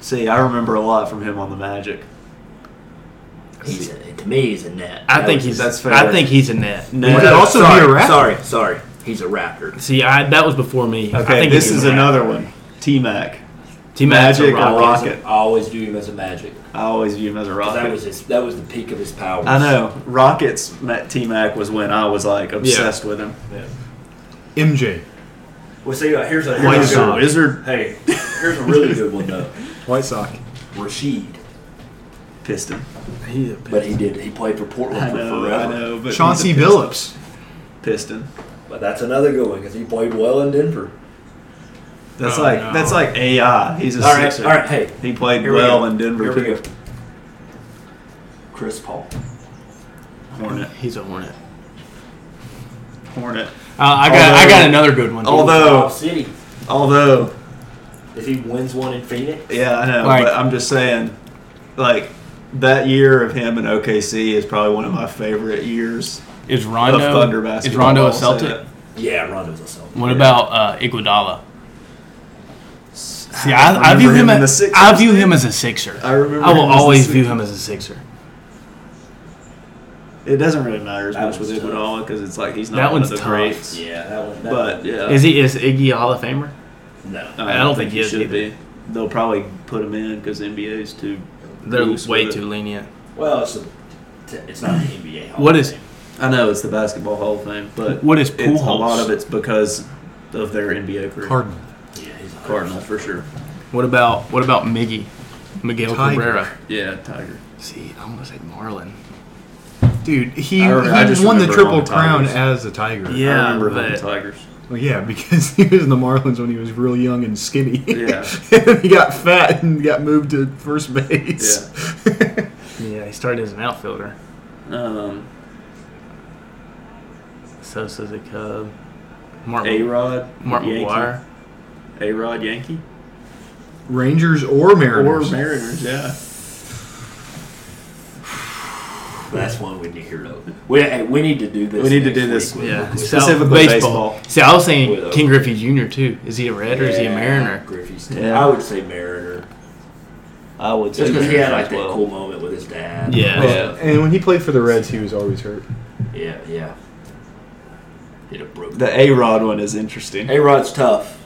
S2: See, I remember a lot from him on the Magic.
S1: He's a, to me, he's a net.
S4: I
S2: That
S4: think
S2: was-
S4: he's.
S2: that's fair.
S4: I think he's a net.
S2: Net.
S3: He could also
S1: sorry,
S3: be a rapper.
S1: Sorry, sorry. He's a raptor.
S4: See, I that was before me. I
S2: Okay,
S4: think
S2: this
S4: he's
S2: is
S4: a gnat.
S2: another one. T Mac.
S4: Team Magic's
S2: Magic
S4: a rock.
S2: or Rocket.
S1: I always do him as a magic.
S2: I always view him as a
S1: 'Cause That
S2: Rocket.
S1: was his. That was the peak of his powers.
S2: I know. Rockets met T Mac was when I was like obsessed with him.
S3: MJ.
S1: Well, see, uh, here's a
S2: White
S1: here's a,
S2: Sox. Wizard *laughs*
S1: Hey, here's a really good one though.
S3: White Sox.
S1: Rashid,
S2: Piston.
S1: but he did. He played for Portland
S2: I
S1: for
S2: know,
S1: forever.
S2: I know, but
S3: Chauncey
S2: he's a
S3: Billups.
S2: Piston.
S1: But that's another good one because he played well in Denver.
S2: That's
S4: Oh,
S2: like
S4: no.
S2: that's like AI. He's a
S1: All right,
S2: sixer.
S1: all right. Hey,
S2: He played
S1: Here we
S2: well
S1: go.
S2: in Denver
S1: Here we
S2: too.
S1: go. Chris Paul.
S2: Hornet.
S4: He's a hornet.
S2: Hornet.
S6: Uh, I got I got another good one.
S1: Bob
S2: Although
S1: City.
S2: although
S1: If he wins one in Phoenix,
S2: yeah, I know,
S6: Like-
S2: but I'm just saying like that year of him in OKC is probably one of my favorite years
S6: is
S2: of
S6: Rondo
S2: Thunder basketball.
S6: is Rondo
S2: I'll
S6: a
S2: say
S6: Celtic?
S2: that.
S1: yeah, Rondo's a Celtic.
S6: What about uh, Iguodala? See, I,
S2: I
S6: I
S2: remember
S6: view
S2: him
S6: him.
S2: in
S6: As,
S2: the Sixers.
S6: I view him as a sixer.
S2: I remember
S6: I will
S2: him as a
S6: always
S2: Sixer.
S6: view him as a sixer.
S2: It doesn't really matter as
S1: That
S2: much with
S1: one's tough.
S2: Iguodala because it's like he's not
S6: That
S2: one
S6: one's
S2: of the
S6: tough.
S2: greats.
S1: Yeah, that one. That
S2: But
S1: one,
S2: yeah,
S4: Is he? Is Iggy a Hall of Famer?
S1: no.
S2: I,
S4: I don't think he is
S2: should
S4: either.
S2: be. They'll probably put him in because NBA's too.
S4: They're
S2: loose
S4: way
S2: with it.
S4: too lenient.
S1: Well, it's a, it's not an NBA. Hall
S6: What
S1: of
S6: is-
S1: Fame.
S2: I know it's the basketball Hall of Fame, but
S6: What is
S2: it's, a
S6: Pujols?
S2: lot of it's because of their NBA career.
S3: Cardinal.
S1: Yeah, he's a
S2: Cardinal for sure.
S6: What about what about Miggy, Miguel
S3: Tiger.
S6: Cabrera?
S2: Yeah, Tiger.
S6: See, I want to say Marlin.
S3: Dude, he,
S2: I re- I just
S3: he won the
S2: remember
S3: triple
S2: him on
S3: crown
S2: Tigers.
S3: as a Tiger.
S4: Yeah.
S2: I remember him
S4: but-
S2: the Tigers.
S3: Well, yeah, *laughs* because he was in the Marlins when he was real young and skinny.
S2: Yeah.
S3: *laughs* and he got fat and got moved to first base.
S4: Yeah, he started as an outfielder.
S2: Um,
S4: Sosa's a Cub. Mark,
S2: A Rod,
S4: Mark
S2: Yankee,
S4: McGuire.
S2: A Rod Yankee,
S3: *laughs* Rangers or Mariners.
S2: or Mariners. Yeah,
S1: That's one we need to know. We, hey, we need to do this.
S2: We need to
S1: next
S2: do this,
S1: week with-
S4: Yeah,
S1: with-
S4: So,
S2: Specifically
S4: baseball.
S2: baseball.
S4: See, I was saying
S1: With a-
S4: King Griffey Jr. too. Is he a Red or is he a
S1: Yeah,
S4: Mariner?
S1: Griffey's team.
S2: Yeah.
S1: I would say Mariner.
S2: I would.
S1: Just
S2: say
S1: because he
S2: Mariners
S1: had like
S2: as
S1: that
S2: well.
S1: cool moment with his dad.
S4: Yeah.
S2: Yeah.
S3: And when he played for the Reds, he was always hurt.
S1: Yeah, yeah. He'd have broke.
S2: The A Rod one is interesting.
S1: A Rod's tough.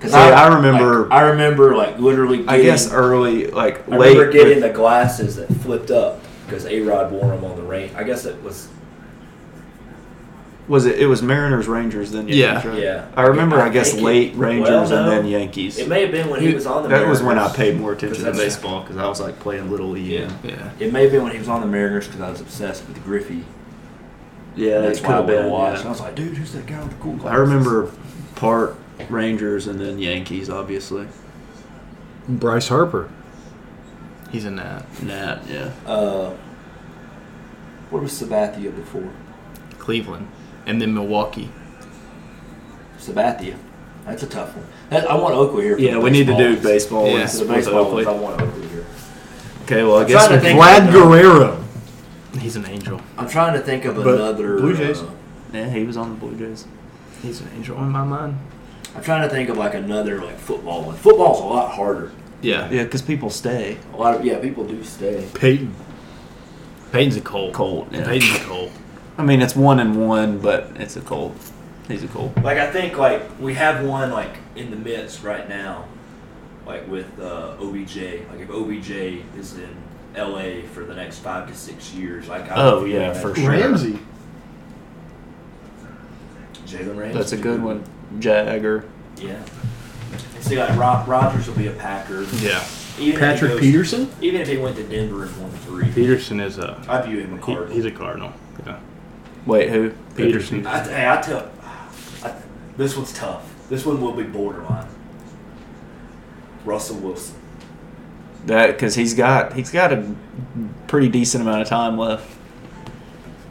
S1: Cause
S2: See, I remember-
S1: like, I remember like literally. Getting,
S2: I guess early, like
S1: I
S2: late.
S1: remember getting the
S2: with-
S1: glasses that flipped up because A Rod wore them on the rain. I guess it was
S2: was it? It was Mariners Rangers then. Yankees,
S4: Yeah.
S2: right?
S1: yeah.
S2: I remember. I guess
S1: think it-
S2: late Rangers
S1: well,
S2: and then
S1: no,
S2: Yankees.
S1: It may have been when he was on the.
S2: that was when I
S1: Mariners.
S2: paid more
S1: 'Cause
S2: attention to
S1: that's-
S2: baseball because I was like playing little E. league.
S1: Yeah.
S2: and-
S4: Yeah.
S1: It may have been when he was on the Mariners because I was obsessed with Griffey.
S2: yeah,
S1: That's
S2: it
S1: why I
S2: could've
S1: went and
S2: been,
S1: watched.
S2: yeah.
S1: I was like, dude, who's that guy with the cool glasses?
S2: I remember part Rangers and then Yankees, obviously.
S3: Bryce Harper.
S4: He's a Nat.
S2: Nat, yeah.
S1: Uh, what was Sabathia before?
S4: Cleveland, and then Milwaukee.
S1: Sabathia. That's a tough one. That, I want Oakley here. For
S2: Yeah,
S1: the
S2: we need to do
S1: baseball.
S2: baseball.
S4: Yeah.
S2: ones
S1: So the
S2: with
S1: baseball
S2: Oakley.
S1: ones, I want Oakley here.
S2: Okay, well, I
S1: I'm trying to
S2: guess
S1: think
S3: Vlad
S1: of another-
S3: Guerrero.
S4: He's an angel.
S1: I'm trying to think of
S3: But
S1: another.
S3: Blue Jays.
S1: uh,
S2: yeah, he was on the Blue Jays.
S4: He's an angel in my mind.
S1: I'm trying to think of like another like football one. Football's a lot harder.
S4: Yeah.
S2: Yeah, because people stay.
S1: A lot of yeah, people do stay.
S3: Peyton.
S4: Peyton's a cold.
S2: Colt, yeah.
S4: Peyton's a cold.
S2: I mean, it's one and one, but it's a cold. He's a cold.
S1: Like I think like we have one like in the midst right now, like with uh, OBJ. Like if OBJ is in LA for the next five to six years, like I
S2: Oh, yeah, for sure. Ramsey.
S1: Jalen Ramsey.
S2: That's a good one. Jagger.
S1: Yeah. And see, like Rod- Rogers will be a Packer.
S4: Yeah.
S1: Even if he
S6: Patrick
S1: goes-
S6: Peterson?
S1: Even if he went to Denver and won three,
S4: Peterson is a
S1: I view him a
S4: he,
S1: Cardinal.
S4: he's a Cardinal. Yeah.
S2: Wait, who?
S4: Peterson.
S1: I, hey, I tell. I, this one's tough. This one will be borderline. Russell Wilson.
S2: That because he's got he's got a pretty decent amount of time left.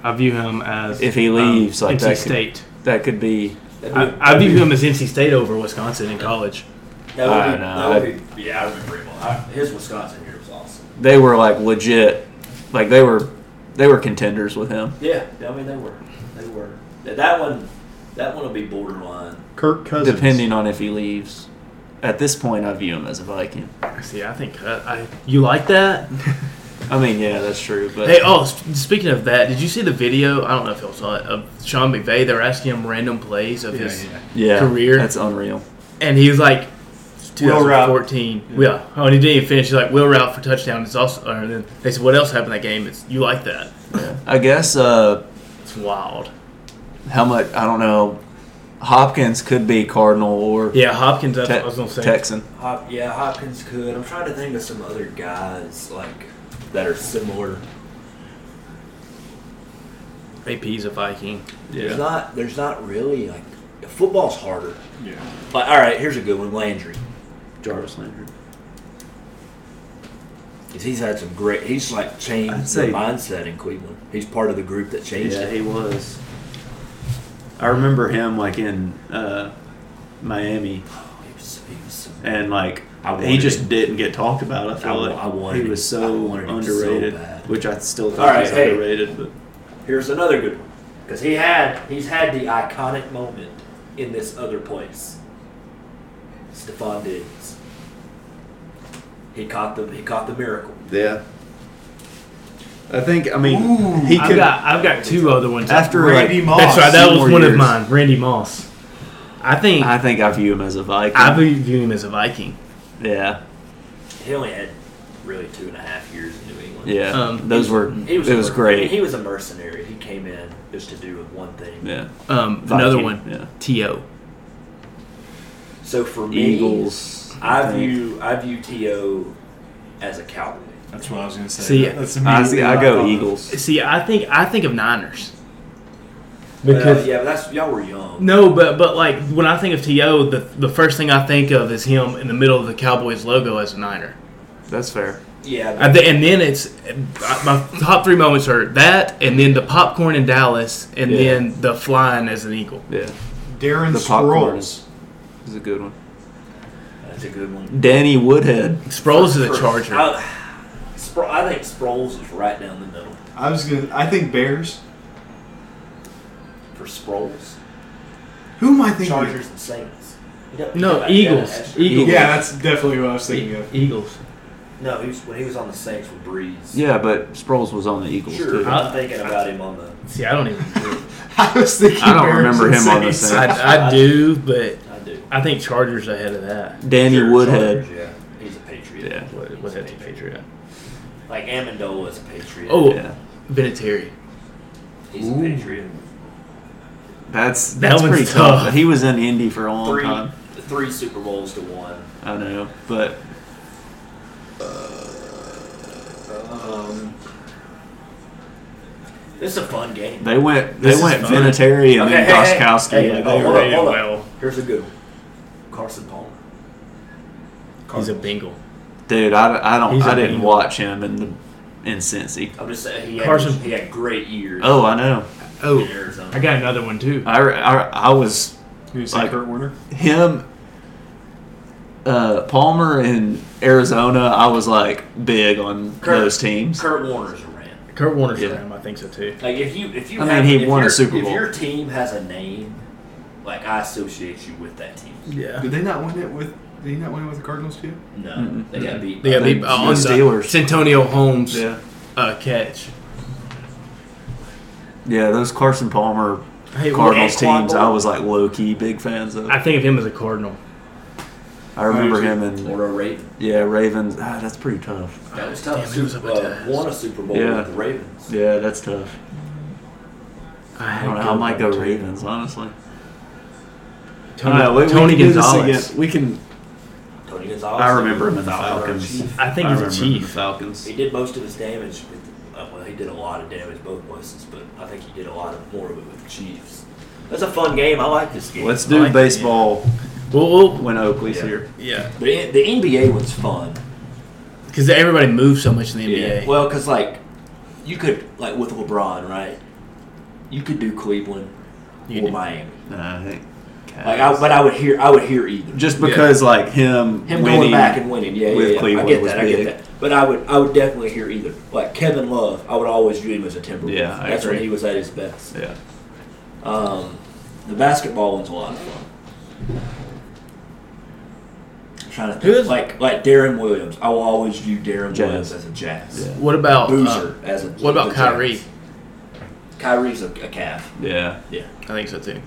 S4: I view him as
S2: If he leaves, like,
S4: NC
S2: that could-
S4: State.
S2: That could be.
S1: That'd be-
S4: I, I view him as NC State over Wisconsin in college.
S1: That would,
S2: I
S1: be,
S2: know.
S1: that would be, yeah, I remember him. I, his Wisconsin year was awesome.
S2: They were like legit, like they were they were contenders with him.
S1: Yeah, I mean they were, they were. That, that one, that one will be borderline.
S3: Kirk Cousins.
S2: Depending on if he leaves, at this point I view him as a Viking.
S4: See, I think uh, I you like that.
S2: I mean, yeah, that's true. But
S4: Hey, oh, sp- speaking of that, did you see the video? I don't know if y'all saw it of Sean McVay. They were asking him random plays of his,
S2: yeah,
S4: career-
S2: that's unreal.
S4: and he was like,
S3: Wheel route.
S4: 2014. Yeah. Oh, and he didn't even finish. He's like, wheel route for touchdown. It's also. And then they said, what else happened that game? It's you like that?
S2: Yeah. I guess uh,
S4: It's wild.
S2: how much I don't know. Hopkins could be Cardinal or
S4: Yeah, Hopkins. That's what I was gonna
S2: Te-
S4: say.
S2: Texan.
S1: Hop, yeah, Hopkins could. I'm trying to think of some other guys like that are similar.
S4: AP's a Viking.
S1: There's
S2: Yeah,
S1: not, there's not really like football's harder.
S5: Yeah.
S1: Like, all right, here's a good one, Landry.
S2: Jarvis Landry.
S1: 'Cause He's had some great. He's like
S2: I'd
S1: changed
S2: say-
S1: the mindset in Cleveland. He's part of the group that changed
S2: Yeah,
S1: it.
S2: he was. I remember him like in uh, Miami,
S1: He was, he was so
S2: and like
S1: I wanted
S2: he just
S1: him.
S2: didn't get talked about. I
S1: I
S2: feel
S1: wa-
S2: like
S1: I wanted
S2: he
S1: him.
S2: was
S1: I
S2: so
S1: wanted him so
S2: underrated,
S1: bad.
S2: which I still think
S1: All right,
S2: he's
S1: hey.
S2: underrated. But
S1: Here's another good one. Because he had he's had the iconic moment in this other place. Stephon Diggs. He caught the he caught the miracle.
S2: yeah, I think I mean
S3: Ooh,
S2: he
S4: I've
S2: could
S4: got I've got two other ones
S2: after
S3: Randy
S2: like,
S3: Moss.
S4: That's right. That
S2: few
S4: was
S2: more
S4: one of
S2: years.
S4: mine. Randy Moss. I think
S2: I think I view him as a Viking.
S4: I view view him as a Viking.
S2: yeah,
S1: He only had really two and a half years in New England.
S2: yeah.
S4: Um,
S2: Those were
S1: He was
S2: it
S1: a
S2: was
S1: merc-
S2: great.
S1: He was a mercenary. He came in just to do one thing.
S2: yeah,
S4: Um,
S2: Viking,
S4: another one.
S2: Yeah,
S4: To
S1: So for me,
S2: Eagles.
S1: I
S2: think.
S1: view I view To as a cowboy.
S5: That's what I was gonna say.
S4: See,
S5: that's
S2: I,
S5: immediately
S2: see, I
S5: what
S2: go
S5: thought.
S2: Eagles.
S4: see. I think I think of Niners.
S1: Because yeah, but that's y'all were young.
S4: No, but but like when I think of To, the the first thing I think of is him in the middle of the Cowboys logo as a Niner.
S2: That's fair.
S1: Yeah,
S4: I thi- and then it's uh, my top three moments are that, and then the popcorn in Dallas, and
S2: Yeah.
S4: then the flying as an eagle.
S2: Yeah,
S3: Darren
S2: the popcorn is,
S3: Sproles.
S2: is a good one.
S1: that's a good one.
S2: Danny Woodhead.
S4: Sproles is a
S1: For-
S4: Charger.
S1: I, Spro- I think Sproles is right down the middle
S3: I was gonna. I think Bears.
S1: for Sproles.
S3: Who am I thinking?
S1: Chargers and Saints. You don't- you
S4: No,
S1: know about
S4: Eagles.
S1: that, that's-
S4: Eagles.
S3: Yeah, that's definitely what I was thinking of.
S4: Eagles.
S1: No, he was, when he was on the Saints with Breeze.
S2: Yeah, but Sproles was on the Eagles
S1: Sure,
S2: too.
S1: I'm thinking about him on the.
S4: See, I don't
S1: *laughs*
S4: even.
S3: *laughs* I was thinking.
S2: I don't
S3: Bears
S2: remember
S3: and
S2: him on the
S3: Saints.
S2: same-
S4: I, I do, but
S1: I do.
S4: I think Chargers ahead of that.
S2: Danny
S1: Sure,
S2: Woodhead.
S1: Chargers, yeah, he's a patriot.
S2: Yeah.
S4: What, what's that Patriot?
S1: Like Amendola is a patriot.
S4: Oh,
S2: Yeah.
S4: Vinatieri.
S1: he's a patriot.
S2: That's
S4: That
S2: that's
S4: one's
S2: pretty
S4: tough.
S2: tough. He was in Indy for a long
S1: Three,
S2: time.
S1: three Super Bowls to one.
S2: I know, but
S1: Um, this is a fun game.
S2: they went they
S4: This is
S2: went
S4: fun.
S2: Vinatieri and
S1: Okay,
S2: then
S1: hey, hey,
S2: Goskowski.
S1: hey,
S2: like,
S1: oh,
S2: they
S1: hold
S2: were-
S1: up, hold up.
S4: well.
S1: Here's a good one. Carson Palmer.
S4: He's a Bengal.
S2: Dude, I, I don't
S4: He's a
S2: I didn't
S4: beagle.
S2: watch him in the in Cincy.
S1: I'm just saying he had,
S4: Carson-
S1: he had great years.
S2: Oh, I know.
S1: in
S4: Oh,
S1: Arizona.
S4: I got another one too.
S2: I, I, I was
S3: You gonna say
S2: Like-
S3: Kurt Warner?
S2: him. Uh, Palmer in Arizona, I was like big on
S1: Kurt-
S2: those teams.
S1: Kurt Warner's a ram.
S4: Kurt Warner's
S2: Yeah.
S4: yeah. I think so too.
S1: Like if you if you
S2: I mean,
S1: have-
S2: he
S1: if
S2: won a
S1: your-
S2: Super Bowl.
S1: If your team has a name, like I associate you with that team.
S4: Yeah.
S3: Did they not win it with? Did he not win it with the Cardinals too?
S1: No, they got beat.
S4: They got
S1: by-
S4: beat
S2: They-
S4: uh, on
S2: the
S4: the
S2: Steelers.
S4: Santonio Holmes
S2: Yeah,
S4: uh, catch.
S2: yeah, those Carson Palmer
S4: Hey, well,
S2: Cardinals
S1: Anquan
S2: teams, uh, I
S1: Bolden.
S2: was like low key big fans of.
S4: I think of him as a Cardinal.
S2: I remember
S3: Who's he?
S2: him in
S1: Or a Raven.
S2: yeah Ravens. Ah, that's pretty tough.
S1: That was
S4: Damn,
S1: tough.
S4: he was
S1: Super,
S4: up at
S1: uh,
S4: that.
S1: won a Super Bowl
S2: Yeah.
S1: with the Ravens.
S2: Yeah, that's tough. I don't know. I might go Ravens honestly.
S4: Tony,
S2: I don't know, we- we
S4: Tony
S2: can do this
S4: Gonzalez.
S2: again. We can
S1: Gonzalez.
S2: I remember him in the
S1: Gonzalez,
S2: Falcons.
S1: Chief.
S4: I think
S2: I
S4: he's
S2: remember him
S4: a
S2: in the
S4: Chief.
S2: Falcons.
S1: He did most of his damage. With, uh, well, he did a lot of damage both places, but I think he did a lot of more of it with the Chiefs. That's a fun game. I like this game.
S2: Let's
S1: I
S2: do
S1: like this game.
S2: baseball
S4: Well, well
S2: when Oakley's
S1: Yeah.
S2: here.
S4: yeah,
S1: The, the NBA was fun.
S4: because everybody moves so much in the NBA.
S1: Yeah. Well, because like you could like with LeBron, right? You could do Cleveland
S4: You
S1: or
S4: do-
S1: Miami.
S2: Nah, I think.
S1: Like, I, but I would hear, I would hear either.
S2: just because like him,
S1: Him
S2: winning
S1: going back and winning, yeah, yeah,
S2: with
S1: yeah.
S2: Cleveland
S1: I get
S2: was
S1: that, I
S2: big.
S1: get that. But I would, I would definitely hear either. Like Kevin Love, I would always view him as a Timberwolves.
S2: Yeah, I
S1: that's when
S2: agree.
S1: he was at his best.
S2: Yeah.
S1: Um, the basketball one's a lot of fun. I'm trying to think.
S4: Who is-
S1: like like Darren Williams. I will always view Darren
S2: Jazz.
S1: Williams as a Jazz.
S2: Yeah.
S4: what about uh,
S1: Boozer as a.
S4: what about
S1: the
S4: Kyrie?
S1: Jazz. Kyrie's a, a calf.
S2: Yeah.
S1: Yeah.
S4: I think so too.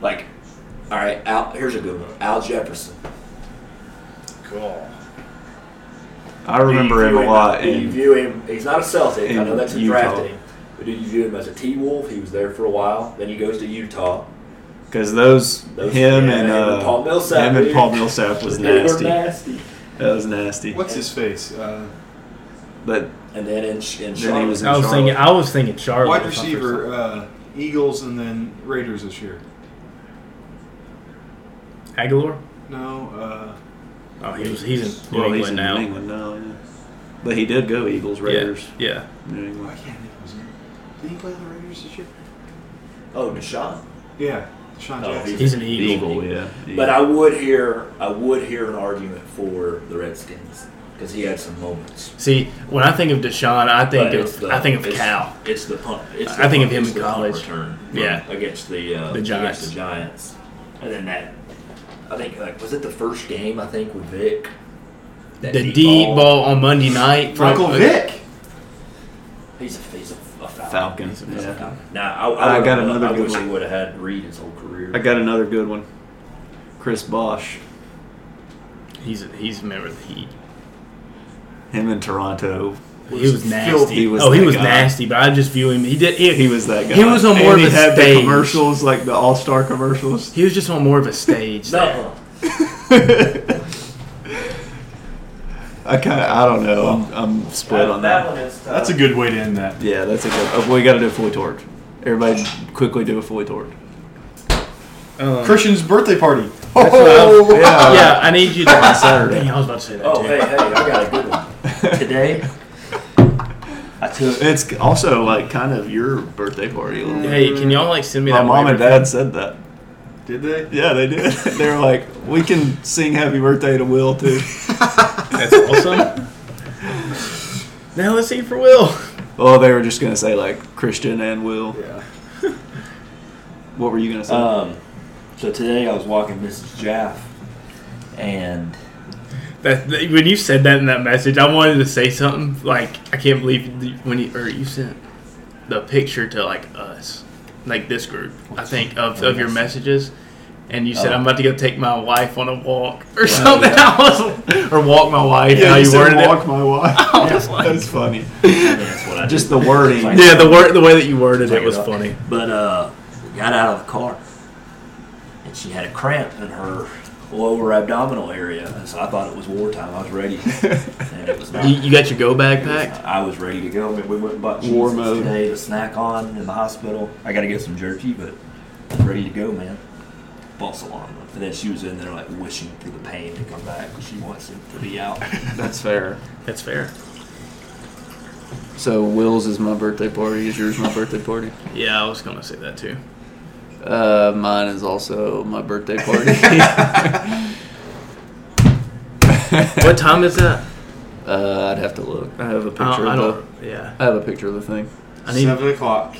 S1: Like, all right. Al, here's a good one. Al Jefferson.
S4: Cool.
S2: I remember
S1: Do you
S2: him
S1: view
S2: a lot.
S1: Do you
S2: And
S1: view him? He's not a Celtic. I know
S2: in
S1: that's who
S2: Utah.
S1: drafted him. But did you view him as a T Wolf? He was there for a while. Then he goes to Utah.
S2: because those,
S1: Those-
S2: him
S1: yeah,
S2: and
S1: him and
S2: uh,
S1: Paul Millsap,
S2: him and
S1: dude.
S2: Paul Millsap
S1: *laughs*
S2: was
S1: They were
S2: nasty. That
S1: nasty.
S2: was nasty.
S3: What's his face? Uh,
S2: But
S1: And then in, in
S2: then he
S1: Charlotte-
S2: was in
S4: I was
S2: Charlotte.
S4: thinking. I was thinking Charlotte.
S3: wide
S4: was my first
S3: receiver,
S4: thought.
S3: uh, Eagles, and then Raiders this year.
S4: Aguilar.
S3: No, uh,
S4: Oh, he was. He's in New
S2: well,
S4: England
S2: he's in
S4: now.
S2: New England now. Yeah. But he did go Eagles, Raiders,
S4: Yeah. yeah.
S2: New
S3: I
S2: England.
S3: can't think of his name. Did he play the Raiders this year?
S1: Oh, Deshaun.
S3: Yeah, Sean
S1: Oh,
S3: Jackson.
S4: He's an
S2: Eagle,
S4: Eagle.
S2: yeah. Eagle.
S1: But I would hear I would hear an argument for the Redskins because he had some moments.
S4: See, when I think of Deshaun, I think
S1: But it's
S4: of
S1: the-
S4: I think of
S1: it's-
S4: Cal.
S1: It's the punt. It's the
S4: I think of
S1: punt-
S4: him
S1: it's
S4: in
S1: the punt
S4: college.
S1: Return from-
S4: Yeah.
S1: against the uh,
S4: The
S1: against
S4: Giants.
S1: the Giants, and then that. I think like was it the first game I think with Vic. That
S4: The deep ball. on Monday night. from-
S2: Oh,
S3: Michael Vick.
S1: He's a he's a, a Falcon.
S2: Falcon,
S1: He's a, he's a
S2: yeah.
S1: Falcon. Now I, I,
S2: I
S1: would've
S2: got
S1: loved-
S2: another
S1: I
S2: good
S1: wish
S2: one.
S1: he would have had Reed his whole career.
S2: I got another good one. Chris Bosch,
S4: He's he's a member of the Heat.
S2: him in Toronto.
S4: He was nasty.
S2: He was
S4: oh, he
S2: that
S4: was
S2: guy.
S4: nasty, but I just view him. He did. He,
S2: He
S4: he,
S2: was that guy.
S4: He was on
S2: and
S4: more of
S2: he
S4: a
S2: had
S4: stage.
S2: the commercials, like the All Star commercials. *laughs*
S4: was just on more of a stage. there.
S1: *laughs* No,
S2: I kind of, I don't know. I'm, I'm split on that.
S1: one is tough.
S3: That's a good way to end that.
S2: Yeah, that's a good. Oh, we got to do a fully torque. Everybody, quickly do a fully torque.
S4: Um,
S3: Christian's birthday party.
S4: what
S2: Oh, Yeah.
S4: yeah, I need you to.
S2: *laughs* On Saturday.
S4: Dang, I was about to say that
S1: Oh
S4: too.
S1: hey hey, I got a good
S2: *laughs*
S1: one today. I took
S2: It's also like kind of your birthday party. A little bit.
S4: Hey, can y'all like send me
S2: My
S4: that?
S2: mom
S4: waiver?
S2: and dad said that.
S3: Did they?
S2: Yeah, they did. *laughs* they were like, we can sing happy birthday to Will too. *laughs*
S4: That's awesome. now let's see for Will.
S2: well, they were just gonna say like Christian and Will.
S3: Yeah.
S2: *laughs* What were you gonna say?
S1: Um, so today I was walking Mrs. Jaff, and
S4: That, that- when you said that in that message, I wanted to say something like I can't believe the- when you or you sent the picture to like us, like this group. I think of, of your messages, and you said
S1: Oh.
S4: I'm about to go take my wife on a walk *laughs* or something. I was, or walk my wife.
S2: Oh, yeah, *laughs*
S4: how
S2: you
S4: you
S2: said
S4: worded
S2: walk
S4: it.
S2: my *laughs* wife.
S4: I was like-
S2: That's funny.
S1: that's what I
S2: *laughs* Just the wording. *laughs*
S1: Like-
S4: yeah, the word the way that you worded it was
S1: Like, uh,
S4: funny.
S1: But uh, got out of the car, and she had a cramp in her lower abdominal area. And so I thought it was wartime. I was ready, and it was not.
S4: You, you got your go bag
S1: It was not.
S4: packed.
S1: I was ready to go. I mean, we went and bought
S2: War
S1: cheeses
S2: mode.
S1: today to snack on in the hospital. I got to get some jerky, but I'm ready to go, man. Bought salon. And then she was in there like wishing for the pain to come back. She wants it to be out.
S2: That's fair.
S4: That's fair.
S2: So Will's is my birthday party. Is yours my birthday party?
S4: Yeah, I was gonna say that too.
S2: Uh, mine is also my birthday *laughs* party.
S4: What time is that?
S2: *laughs* uh, I'd have to look. I have a picture
S4: I don't, I
S2: of
S4: don't. Yeah,
S2: the. I have a picture of the thing.
S4: I need.
S3: Seven o'clock.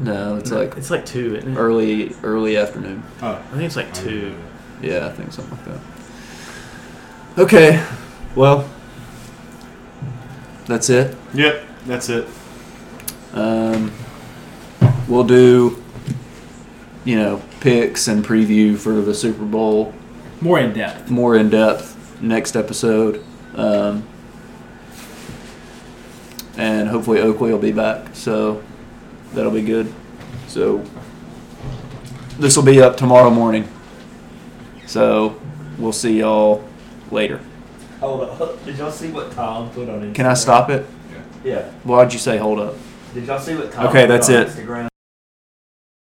S2: No, it's like
S4: it's like two, isn't it?
S2: early, early afternoon.
S3: Oh.
S4: I think it's like two.
S2: Yeah, I think something like that. Okay, well, that's it.
S3: Yep. That's it.
S2: Um, we'll do, you know, picks and preview for the Super Bowl
S4: More in depth.
S2: more in depth next episode. Um, and hopefully Oakley will be back, so that'll be good. So this will be up tomorrow morning. So we'll see y'all later.
S1: Hold up. Did y'all see what Tom put on Instagram?
S2: Can I stop it?
S1: Yeah.
S2: Why'd you say hold up?
S1: Did y'all see what Tom
S2: Okay,
S1: put
S2: that's
S1: on
S2: it.
S1: Instagram?